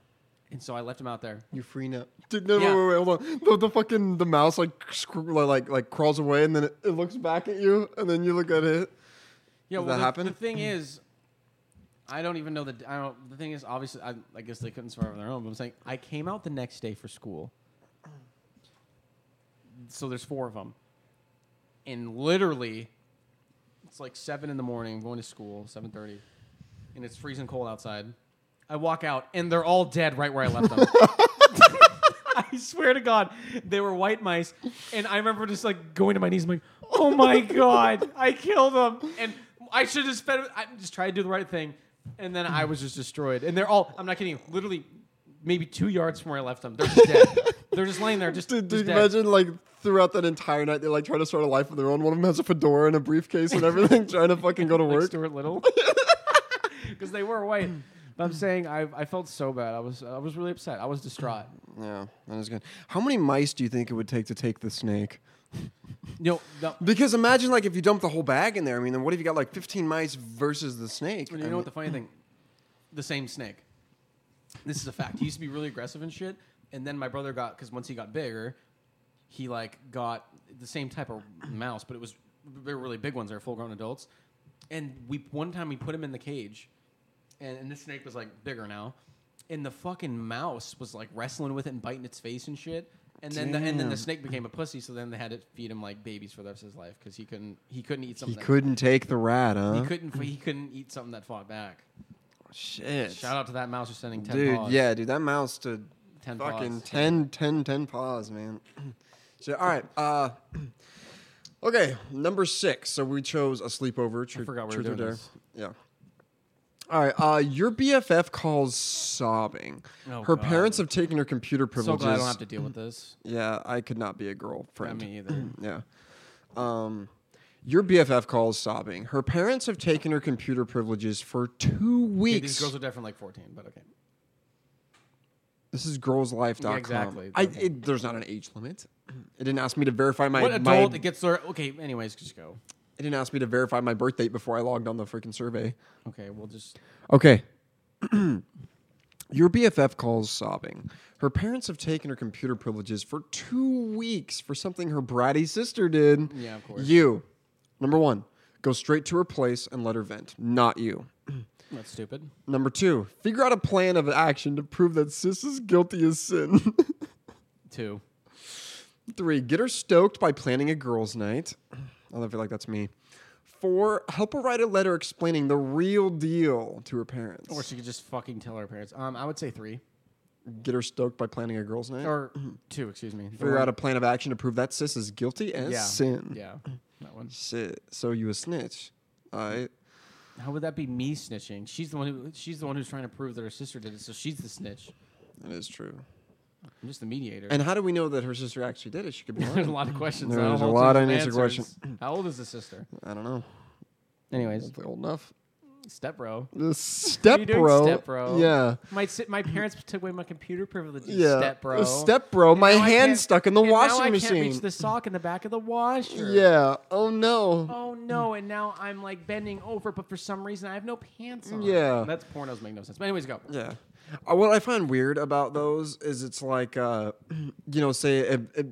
Speaker 1: and so I left him out there.
Speaker 2: You're free now. Dude, no,
Speaker 1: Yeah.
Speaker 2: wait, wait, wait, hold on. The, the fucking the mouse like screw, like, like like crawls away and then it, it looks back at you and then you look at it.
Speaker 1: Yeah,
Speaker 2: Did
Speaker 1: well,
Speaker 2: that
Speaker 1: the,
Speaker 2: happen?
Speaker 1: the
Speaker 2: <clears throat>
Speaker 1: thing is, I don't even know the. I don't. The thing is, obviously, I, I guess they couldn't survive on their own. But I'm saying I came out the next day for school. So there's four of them, and literally, it's like seven in the morning. I'm going to school, seven thirty, and it's freezing cold outside. I walk out, and they're all dead right where I left
Speaker 2: <laughs>
Speaker 1: them. I swear to God, they were white mice, and I remember just like going to my knees, I'm like, <laughs> "Oh my <laughs> God, I killed them!" And I should have spent. I just tried to do the right thing, and then I was just destroyed. And they're all. I'm not kidding. you, Literally, maybe two yards from where I left them, they're just dead. they're just laying there, just,
Speaker 2: Dude,
Speaker 1: just
Speaker 2: dude
Speaker 1: dead.
Speaker 2: imagine like throughout that entire night they like try to start a life of their own. One of them has a fedora and a briefcase <laughs> and everything, trying to fucking go to
Speaker 1: like
Speaker 2: work.
Speaker 1: Stuart
Speaker 2: <laughs>
Speaker 1: Little, because they were white. But I'm saying I, I felt so bad. I was I was really upset. I was distraught.
Speaker 2: Yeah, that is good. How many mice do you think it would take to take the snake?
Speaker 1: No, no.
Speaker 2: Because imagine like if you dump the whole bag in there. I mean, then what if you got like 15 mice versus the snake?
Speaker 1: But you know what the funny thing? The same snake. This is a fact. He used to be really aggressive and shit. And then my brother got because once he got bigger, he like got the same type of mouse, but it was they were really big ones. They're full grown adults. And we one time we put him in the cage, and, and this snake was like bigger now, and the fucking mouse was like wrestling with it and biting its face and shit. And then the, and then
Speaker 2: Damn.
Speaker 1: the snake became a pussy, so then they had to feed him like babies for the rest of his life because he couldn't he couldn't eat
Speaker 2: he
Speaker 1: something. that-
Speaker 2: couldn't take the rat, huh?
Speaker 1: he couldn't he couldn't eat something that fought back.
Speaker 2: Shit.
Speaker 1: Shout out to that mouse who's sending ten
Speaker 2: dude,
Speaker 1: paws.
Speaker 2: yeah, dude, that mouse stood
Speaker 1: Ten
Speaker 2: fucking
Speaker 1: paws.
Speaker 2: ten, ten, ten 10, 10 paws, man. <clears throat> so, all right. Uh, <clears throat> okay, number six. So we chose a sleepover. Tru-
Speaker 1: forgot we were
Speaker 2: truth or
Speaker 1: doing
Speaker 2: dare.
Speaker 1: this.
Speaker 2: Yeah. All right. Uh, your BFF calls sobbing.
Speaker 1: Oh,
Speaker 2: her
Speaker 1: God.
Speaker 2: parents have taken her computer
Speaker 1: So
Speaker 2: privileges.
Speaker 1: glad I don't have to deal with
Speaker 2: <clears throat>
Speaker 1: this.
Speaker 2: yeah, I could not be a girlfriend.
Speaker 1: Not me either.
Speaker 2: Yeah. Um, your BFF calls sobbing. Her parents have taken her computer privileges for two
Speaker 1: Yeah,
Speaker 2: weeks.
Speaker 1: these girls are dead from like fourteen, but okay.
Speaker 2: This is girlslife.com.
Speaker 1: Yeah, exactly.
Speaker 2: I, it, there's not an age limit. It didn't ask me to verify my
Speaker 1: what
Speaker 2: my-
Speaker 1: adult gets their okay? Anyways, just go.
Speaker 2: It didn't ask me to verify my birth date before I logged on the freaking survey.
Speaker 1: Okay, we'll just
Speaker 2: Okay. <clears throat> Your BFF calls sobbing. Her parents have taken her computer privileges for two weeks for something her bratty sister did.
Speaker 1: Yeah, of course.
Speaker 2: You, number one, go straight to her place and let her vent. Not you.
Speaker 1: that's stupid.
Speaker 2: Number two, figure out a plan of action to prove that sis is guilty as sin. <laughs>
Speaker 1: Two.
Speaker 2: Three, get her stoked by planning a girls' night. <clears throat> I don't feel like that's me. Four, help her write a letter explaining the real deal to her parents.
Speaker 1: Or she could just fucking tell her parents. Um, I would say three
Speaker 2: get her stoked by planning a girls' night.
Speaker 1: or two. Excuse me. The
Speaker 2: figure
Speaker 1: one-
Speaker 2: out a plan of action to prove that sis is guilty as
Speaker 1: yeah.
Speaker 2: sin.
Speaker 1: Yeah, that one.
Speaker 2: Shit. So you a snitch. All right.
Speaker 1: How would that be me snitching? She's the one who she's the one who's trying to prove that her sister did it, so she's the snitch.
Speaker 2: That is true.
Speaker 1: I'm just the mediator.
Speaker 2: And how do we know that her sister actually did it? She could be
Speaker 1: <laughs> There's a
Speaker 2: lying.
Speaker 1: lot of questions.
Speaker 2: There's
Speaker 1: not
Speaker 2: a
Speaker 1: whole
Speaker 2: lot
Speaker 1: bunch
Speaker 2: of
Speaker 1: of
Speaker 2: unanswered
Speaker 1: answers. How old is the sister?
Speaker 2: I don't know.
Speaker 1: Anyways,
Speaker 2: Hopefully old enough.
Speaker 1: step bro.
Speaker 2: The step
Speaker 1: you doing,
Speaker 2: bro.
Speaker 1: step bro?
Speaker 2: Yeah.
Speaker 1: My si- my parents took away my computer privileges.
Speaker 2: Mm-hmm. Yeah.
Speaker 1: Step bro.
Speaker 2: The Step bro. My
Speaker 1: Now I
Speaker 2: hand
Speaker 1: can't-
Speaker 2: stuck in the
Speaker 1: and
Speaker 2: washing
Speaker 1: now I
Speaker 2: machine.
Speaker 1: can't reach the sock in the back of the washer.
Speaker 2: Yeah. Oh no.
Speaker 1: Oh no! And now I'm like bending over, but for some reason I have no pants on.
Speaker 2: Yeah.
Speaker 1: That's pornos make no sense. But anyways, go.
Speaker 2: Yeah. Uh, what I find weird about those is it's like, uh, <clears throat> you know, say it, it,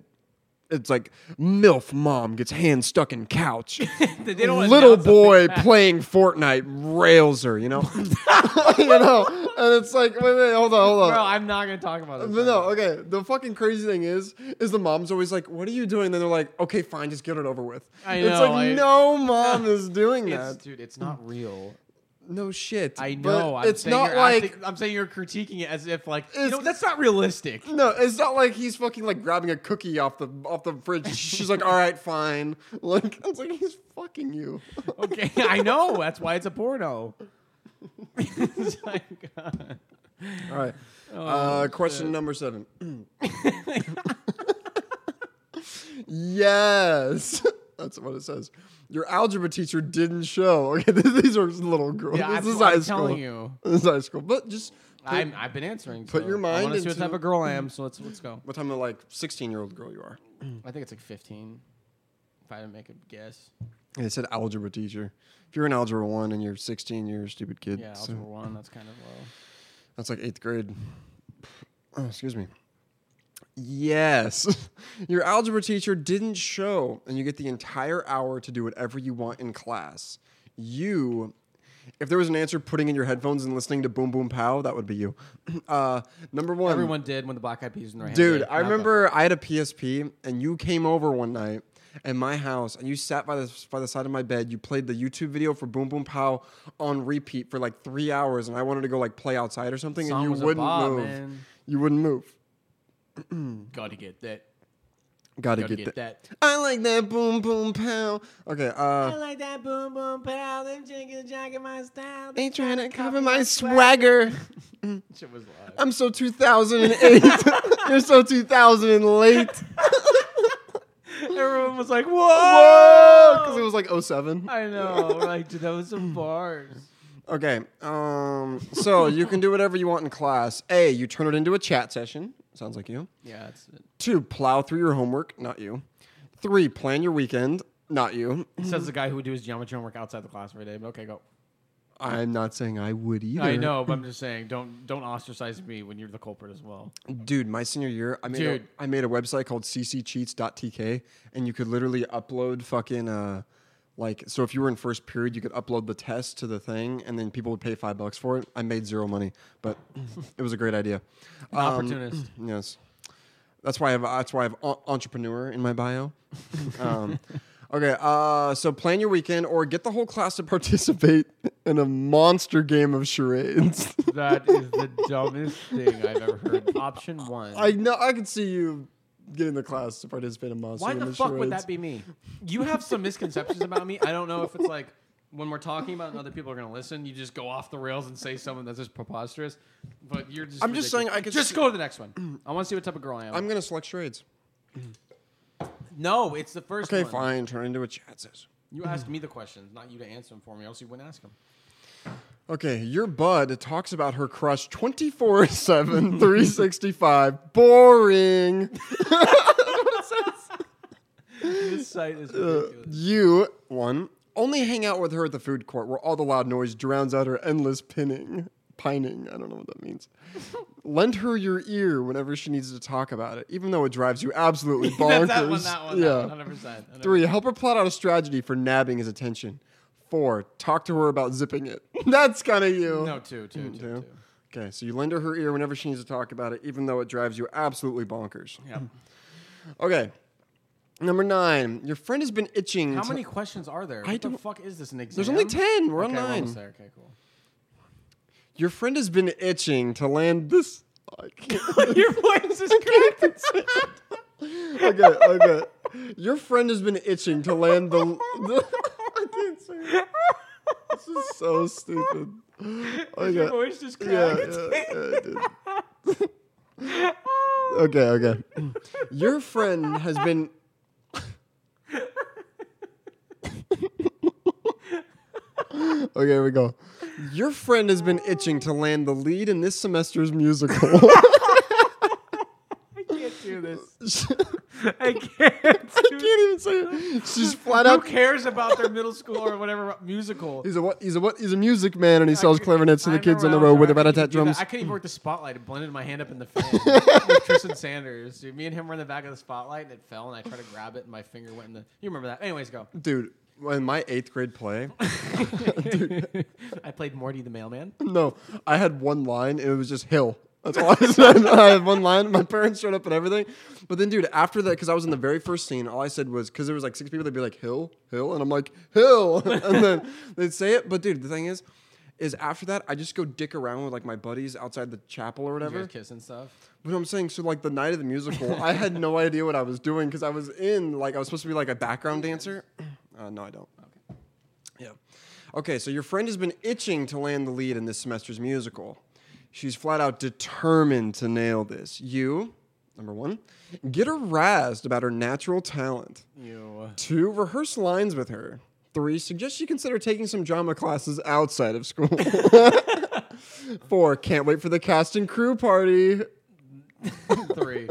Speaker 2: it's like MILF mom gets hand stuck
Speaker 1: <laughs>
Speaker 2: in couch.
Speaker 1: They don't wanna
Speaker 2: Little
Speaker 1: announce something.
Speaker 2: boy playing Fortnite rails
Speaker 1: <laughs>
Speaker 2: her, you know? <laughs> you know? And it's like, wait, wait, hold on, hold on.
Speaker 1: Bro, I'm not gonna talk about this.
Speaker 2: But no, okay. The fucking crazy thing is, is the mom's always like, "What are you doing?" Then they're like, "Okay, fine, just get it over with."
Speaker 1: I
Speaker 2: it's
Speaker 1: know,
Speaker 2: like
Speaker 1: I-
Speaker 2: no mom is
Speaker 1: <laughs>
Speaker 2: doing
Speaker 1: It's,
Speaker 2: that.
Speaker 1: dude, it's not real.
Speaker 2: No shit.
Speaker 1: I
Speaker 2: But
Speaker 1: know. I'm
Speaker 2: it's
Speaker 1: saying
Speaker 2: not
Speaker 1: you're
Speaker 2: like
Speaker 1: acting- I'm saying you're critiquing it as if like you
Speaker 2: It's-
Speaker 1: know that's not realistic.
Speaker 2: No, it's not like he's fucking like grabbing a cookie off the off the fridge. She's like, "All right, fine." <laughs> Like I was like, "He's fucking you."
Speaker 1: Okay, <laughs> I know. That's why it's a porno. <laughs> It's like, <laughs> God. <laughs>
Speaker 2: All right.
Speaker 1: Oh,
Speaker 2: uh, question number seven. yes, <laughs> that's what it says. Your algebra teacher didn't show. <laughs> Okay, these are little girls.
Speaker 1: Yeah,
Speaker 2: this
Speaker 1: I'm-
Speaker 2: is high
Speaker 1: I'm
Speaker 2: school.
Speaker 1: telling you.
Speaker 2: this is high school. But just
Speaker 1: I'm, I've been answering.
Speaker 2: Put
Speaker 1: so
Speaker 2: your
Speaker 1: I
Speaker 2: mind
Speaker 1: want to see what
Speaker 2: into-
Speaker 1: type of girl I am. So let's let's go.
Speaker 2: what time of like sixteen year old girl you are?
Speaker 1: I think it's like 15. If I had to make a guess,
Speaker 2: And it said algebra teacher. If you're in algebra one and you're sixteen, you're a stupid kid.
Speaker 1: yeah,
Speaker 2: So-
Speaker 1: algebra one. That's kind of low.
Speaker 2: That's like eighth grade. Oh, excuse me. Yes. <laughs> Your algebra teacher didn't show, and you get the entire hour to do whatever you want in class. You, if there was an answer, putting in your headphones and listening to Boom Boom Pow, that would be you. <clears throat> Uh, number one.
Speaker 1: Everyone did when the Black Eyed Peas was in their
Speaker 2: Dude, I remember I had a PSP, and you came over one night at my house, and you sat by the by the side of my bed. You played the YouTube video for Boom Boom Pow on repeat for like three hours, and I wanted to go like play outside or something,
Speaker 1: Song
Speaker 2: and you
Speaker 1: was a
Speaker 2: wouldn't
Speaker 1: bop,
Speaker 2: move.
Speaker 1: man.
Speaker 2: You wouldn't move.
Speaker 1: Gotta get that.
Speaker 2: Gotta,
Speaker 1: Gotta
Speaker 2: get,
Speaker 1: get
Speaker 2: that.
Speaker 1: that.
Speaker 2: I like that Boom Boom Pow. Okay, uh,
Speaker 1: like that boom boom pow. Them chickens jacking my style.
Speaker 2: ain't trying to cover my swagger.
Speaker 1: Shit was live.
Speaker 2: I'm so 2008. <laughs> You're so 2000 and late.
Speaker 1: Everyone
Speaker 2: <laughs>
Speaker 1: was like, "Whoa!"
Speaker 2: Because Oh, it was like 07.
Speaker 1: I know. We're like, dude, that
Speaker 2: <laughs>
Speaker 1: was some bars.
Speaker 2: Okay. Um, so you can do whatever you want in class. A, you turn it into a chat session. Sounds like you.
Speaker 1: Yeah, that's it.
Speaker 2: Two, plow through your homework. Not you. Three, plan your weekend. Not you.
Speaker 1: Says the guy who would do his geometry homework outside the class every day. But okay, go.
Speaker 2: I'm not saying I would either.
Speaker 1: I know, but I'm just saying, don't don't ostracize me when you're the culprit as well.
Speaker 2: Dude, my senior year, I made,
Speaker 1: Dude.
Speaker 2: A, I made a website called cccheats.tk, and you could literally upload fucking, uh, like, so if you were in first period, you could upload the test to the thing, and then people would pay five bucks for it. I made zero money, but <laughs> it was a great idea. Um,
Speaker 1: Opportunist.
Speaker 2: Yes, that's why I have that's why I have en- entrepreneur in my bio. um, okay, uh, so plan your weekend or get the whole class to participate in a monster game of charades. <laughs>
Speaker 1: That is the dumbest thing I've ever heard. Option one.
Speaker 2: I know I could see you getting the class to participate in a monster
Speaker 1: Why
Speaker 2: game
Speaker 1: the
Speaker 2: of
Speaker 1: fuck
Speaker 2: charades.
Speaker 1: would that be me? You have some misconceptions about me. I don't know if it's like when we're talking about it and other people are going to listen, you just go off the rails and say something that's just preposterous. But you're just.
Speaker 2: I'm just
Speaker 1: ridiculous.
Speaker 2: saying I could
Speaker 1: Just
Speaker 2: see-
Speaker 1: go to the next one. I want to see what type of girl I am.
Speaker 2: I'm gonna select charades.
Speaker 1: no, it's the first
Speaker 2: Okay,
Speaker 1: one.
Speaker 2: fine. Turn into a chat session. <laughs>
Speaker 1: You asked me the questions, not you to answer them for me, else you wouldn't ask them.
Speaker 2: Okay, your bud talks about her crush 24 7, 365. Boring.
Speaker 1: This site is
Speaker 2: Uh,
Speaker 1: ridiculous.
Speaker 2: you, one, only hang out with her at the food court where all the loud noise drowns out her endless pinning. Pining. I don't know what
Speaker 1: <laughs>
Speaker 2: that means. Lend her your ear whenever she needs to talk about it, even though it drives you absolutely
Speaker 1: <laughs>
Speaker 2: bonkers.
Speaker 1: That's that one, that one,
Speaker 2: yeah.
Speaker 1: that one, 100%.
Speaker 2: Three, help her plot out a strategy for nabbing his attention. Four, talk to her about
Speaker 1: <laughs>
Speaker 2: zipping it. <laughs> That's kind of you.
Speaker 1: No, two, two, two,
Speaker 2: Two.
Speaker 1: two.
Speaker 2: Okay, so you lend her her ear whenever she needs to talk about it, even though it drives you absolutely bonkers.
Speaker 1: Yeah.
Speaker 2: Okay, number nine. Your friend has been itching.
Speaker 1: How
Speaker 2: to-
Speaker 1: many questions are there?
Speaker 2: I
Speaker 1: What the
Speaker 2: don't-
Speaker 1: fuck is this? An exam?
Speaker 2: There's only ten. We're
Speaker 1: okay,
Speaker 2: on
Speaker 1: We're
Speaker 2: nine.
Speaker 1: almost there. Okay,
Speaker 2: <laughs>
Speaker 1: cool.
Speaker 2: Your friend has been itching to land this. I
Speaker 1: <laughs>
Speaker 2: can't-
Speaker 1: Your voice is correct.
Speaker 2: okay, okay. Your friend has been itching to
Speaker 1: <laughs>
Speaker 2: land the. I can't say it. This is so stupid. Okay.
Speaker 1: Your voice <laughs> is
Speaker 2: Yeah,
Speaker 1: correct.
Speaker 2: yeah,
Speaker 1: <laughs>
Speaker 2: yeah, I did. okay, okay. Your friend has been. okay, here we go. Your friend has been itching to land the lead in this
Speaker 1: <laughs>
Speaker 2: semester's musical.
Speaker 1: I can't do this.
Speaker 2: <laughs> She-
Speaker 1: I can't. <laughs>
Speaker 2: I can't even say it. She's flat
Speaker 1: Who
Speaker 2: out.
Speaker 1: cares about their middle school or whatever musical?
Speaker 2: He's a what? He's a what? He's a music man, and he sells
Speaker 1: I-
Speaker 2: clarinets to
Speaker 1: I
Speaker 2: the kids on the
Speaker 1: remember
Speaker 2: road
Speaker 1: when
Speaker 2: with
Speaker 1: I was young, I could
Speaker 2: the rat tat
Speaker 1: do that.
Speaker 2: drums.
Speaker 1: I couldn't even work the spotlight. It blended my hand up in
Speaker 2: <laughs>
Speaker 1: the fan. With Tristan Sanders. Dude, me and him were in the back of the spotlight, and it fell, and I tried to grab it, and my finger went in the. You remember that? Anyways,
Speaker 2: <laughs>
Speaker 1: go.
Speaker 2: Dude, when my eighth grade play, <laughs>
Speaker 1: I played Morty the mailman.
Speaker 2: No, I had one line. and It was just Hill. That's all <laughs> I said. I had one line. My parents showed up and everything. But then, dude, after that, because I was in the very first scene, all I said was because there was like six people. They'd be like Hill, Hill, and I'm like Hill, <laughs> and then they'd say it. But dude, the thing is, is after that, I just go dick around with like my buddies outside the chapel or
Speaker 1: You
Speaker 2: whatever.
Speaker 1: guys kiss and stuff.
Speaker 2: But I'm saying, so like the night of the musical, I had no idea what I was doing because I was in like I was supposed to be like a background dancer. <clears throat> Uh, no, I don't. Okay. Yeah. Okay, so your friend has been itching to land the lead in this semester's musical. She's flat out determined to nail this. You, number one, get her razzed about her natural talent.
Speaker 1: You.
Speaker 2: Two, rehearse lines with her. Three, suggest you consider taking some drama classes outside of school. <laughs> Four, can't wait for the cast and crew party.
Speaker 1: <laughs> Three.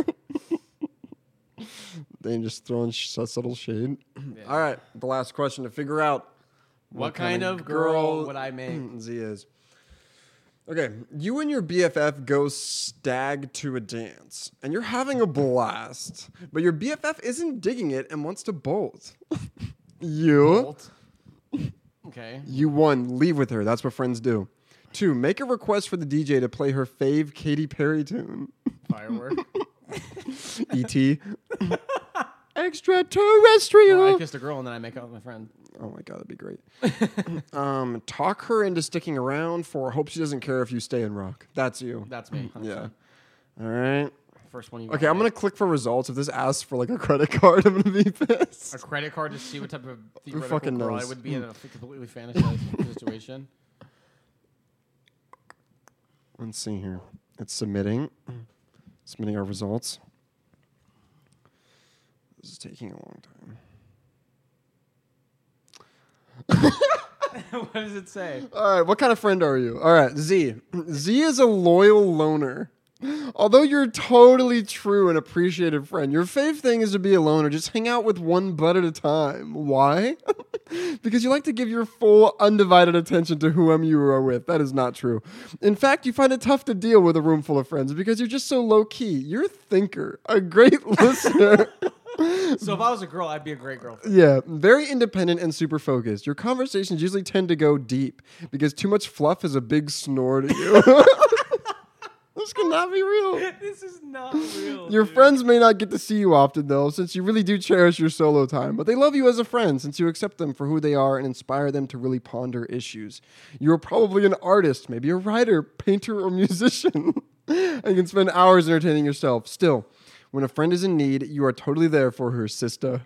Speaker 2: They just throwing sh- subtle shade.
Speaker 1: <clears throat> Yeah.
Speaker 2: All right, the last question to figure out
Speaker 1: What, kind, of girl, would I make?
Speaker 2: <clears throat> Z is. Okay, you and your BFF go stag to a dance, and you're having a blast, but your BFF isn't digging it and wants to bolt. <laughs> you,
Speaker 1: Bolt.
Speaker 2: <laughs>
Speaker 1: Okay.
Speaker 2: you one, leave with her. That's what friends do. Two, make a request for the DJ to play her fave Katy Perry tune. <laughs> E
Speaker 1: Firework. <laughs>
Speaker 2: E.T. Extraterrestrial.
Speaker 1: I kissed a girl and then I make out with my friend.
Speaker 2: Oh my god, that'd be great. <laughs> um, talk her into sticking around for hope she doesn't care if you stay and rock. That's you.
Speaker 1: That's me. 100%.
Speaker 2: yeah. All right.
Speaker 1: First one you
Speaker 2: Okay,
Speaker 1: got
Speaker 2: I'm gonna
Speaker 1: right.
Speaker 2: click for results. If this asks for like a credit <laughs> card, I'm gonna be pissed.
Speaker 1: a credit card to see what
Speaker 2: <laughs>
Speaker 1: type of theoretical
Speaker 2: fucking
Speaker 1: girl I
Speaker 2: knows? Hmm.
Speaker 1: would be in a f- completely fantasized <laughs> situation.
Speaker 2: Let's see here. It's submitting. Submitting our results. This is taking a long time.
Speaker 1: what does it say?
Speaker 2: All right, what kind of friend are you? All right, Z. Z is a loyal loner. Although you're totally true and appreciative friend, your fave thing is to be a loner. Just hang out with one bud at a time. Why? <laughs> because you like to give your full, undivided attention to whom you are with. That is not true. In fact, you find it tough to deal with a room full of friends because you're just so low key. You're a thinker, a great <laughs> listener.
Speaker 1: So if I was a girl, I'd be a great girl.
Speaker 2: Yeah, very independent and super focused. Your conversations usually tend to go deep because too much fluff is a big snore to you. <laughs> this cannot be real.
Speaker 1: this is not real.
Speaker 2: Your friends may not get to see you often, though, since you really do cherish your solo time, but they love you as a friend since you accept them for who they are and inspire them to really ponder issues. You are probably an artist, maybe a writer, painter, or musician, <laughs> and can spend hours entertaining yourself. Still, when a friend is in need, you are totally there for her, sister.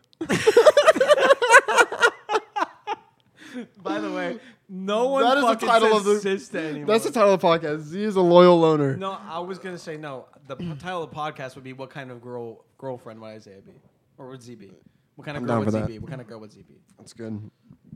Speaker 1: By the
Speaker 2: <laughs>
Speaker 1: way, no one
Speaker 2: That is the
Speaker 1: fucking says
Speaker 2: title of the- <laughs>
Speaker 1: sister anymore.
Speaker 2: That's the title of the podcast. Z is a loyal loner.
Speaker 1: No, I was gonna say no. The p- title of the podcast would be "What kind of girl girlfriend would Isaiah be, or would Z be? What kind of
Speaker 2: I'm
Speaker 1: girl
Speaker 2: down
Speaker 1: would Z
Speaker 2: for that.
Speaker 1: be? What kind of girl would Z be?"
Speaker 2: That's good.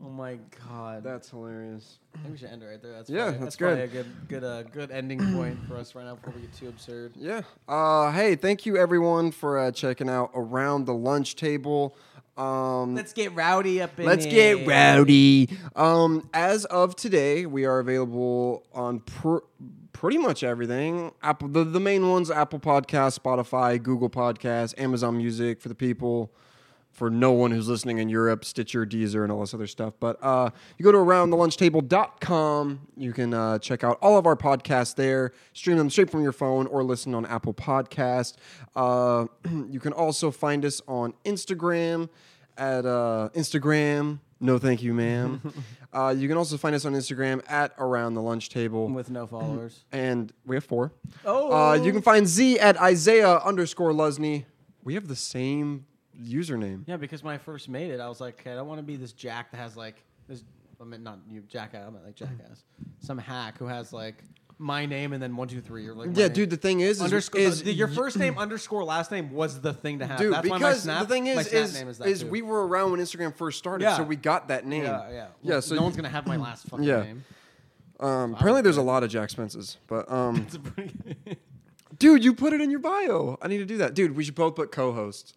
Speaker 1: Oh my god.
Speaker 2: That's hilarious.
Speaker 1: I think we should end it right there. That's
Speaker 2: Yeah,
Speaker 1: probably,
Speaker 2: that's
Speaker 1: probably a good good uh, good ending point for us right now before we get too absurd.
Speaker 2: Yeah. Uh, hey, thank you everyone for uh, checking out around the lunch table. Um,
Speaker 1: Let's get rowdy up in
Speaker 2: Let's
Speaker 1: here.
Speaker 2: get rowdy. Um, as of today, we are available on pr- pretty much everything. Apple, the, the main ones: Apple Podcasts, Spotify, Google Podcasts, Amazon Music for the people. For no one who's listening in Europe, Stitcher, Deezer, and all this other stuff. But uh, you go to aroundthelunchtable.com. You can uh, check out all of our podcasts there, stream them straight from your phone, or listen on Apple Podcast. Uh, <clears throat> you can also find us on Instagram at uh, Instagram. No, thank you, ma'am.
Speaker 1: <laughs>
Speaker 2: uh, you can also find us on Instagram at Around the Lunch Table.
Speaker 1: with no followers.
Speaker 2: And we have four.
Speaker 1: Oh.
Speaker 2: Uh, you can find Z at Isaiah underscore Lusney. We have the same username.
Speaker 1: Yeah, because when I first made it, I was like, okay, I don't want to be this jack that has like this. I mean, not you, jackass. I meant like
Speaker 2: Mm-hmm.
Speaker 1: jackass. Some hack who has like my name and then one, two, three, or like my
Speaker 2: Yeah,
Speaker 1: name.
Speaker 2: dude, the thing is, is,
Speaker 1: Underscore
Speaker 2: is
Speaker 1: the- your first
Speaker 2: <clears throat>
Speaker 1: name underscore last name was the thing to have.
Speaker 2: dude,
Speaker 1: That's why my
Speaker 2: because
Speaker 1: snap,
Speaker 2: the thing
Speaker 1: my
Speaker 2: is,
Speaker 1: snap
Speaker 2: is,
Speaker 1: name is,
Speaker 2: is,
Speaker 1: that too.
Speaker 2: we were around when Instagram first started,
Speaker 1: Yeah.
Speaker 2: so we got that name.
Speaker 1: yeah, yeah,
Speaker 2: Yeah, so
Speaker 1: no
Speaker 2: you-
Speaker 1: one's gonna have my last fucking
Speaker 2: Yeah.
Speaker 1: name. <laughs>
Speaker 2: Um, apparently, there's a lot of Jack Spences, but um,
Speaker 1: It's a pretty
Speaker 2: dude, you put it in your bio. I need to do that, dude. We should both put co-host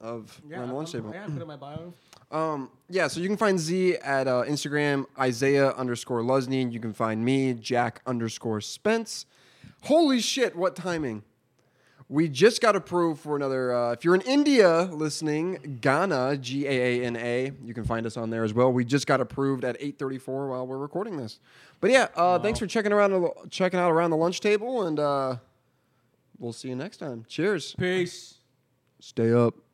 Speaker 2: of
Speaker 1: yeah, <laughs>
Speaker 2: Around the Lunch
Speaker 1: I'm-
Speaker 2: Table.
Speaker 1: Yeah, I put it in my bio.
Speaker 2: Um, yeah, so you can find Z at uh, Instagram, Isaiah underscore Lusney. You can find me, Jack underscore Spence. Holy shit, what timing! We just got approved for another. Uh, if you're in India listening, Ghana, G A A N A, you can find us on there as well. We just got approved at 8:34 while we're recording this. But yeah, uh, thanks for checking around, checking out around the lunch table, and uh, we'll see you next time. Cheers.
Speaker 1: Peace.
Speaker 2: Stay up.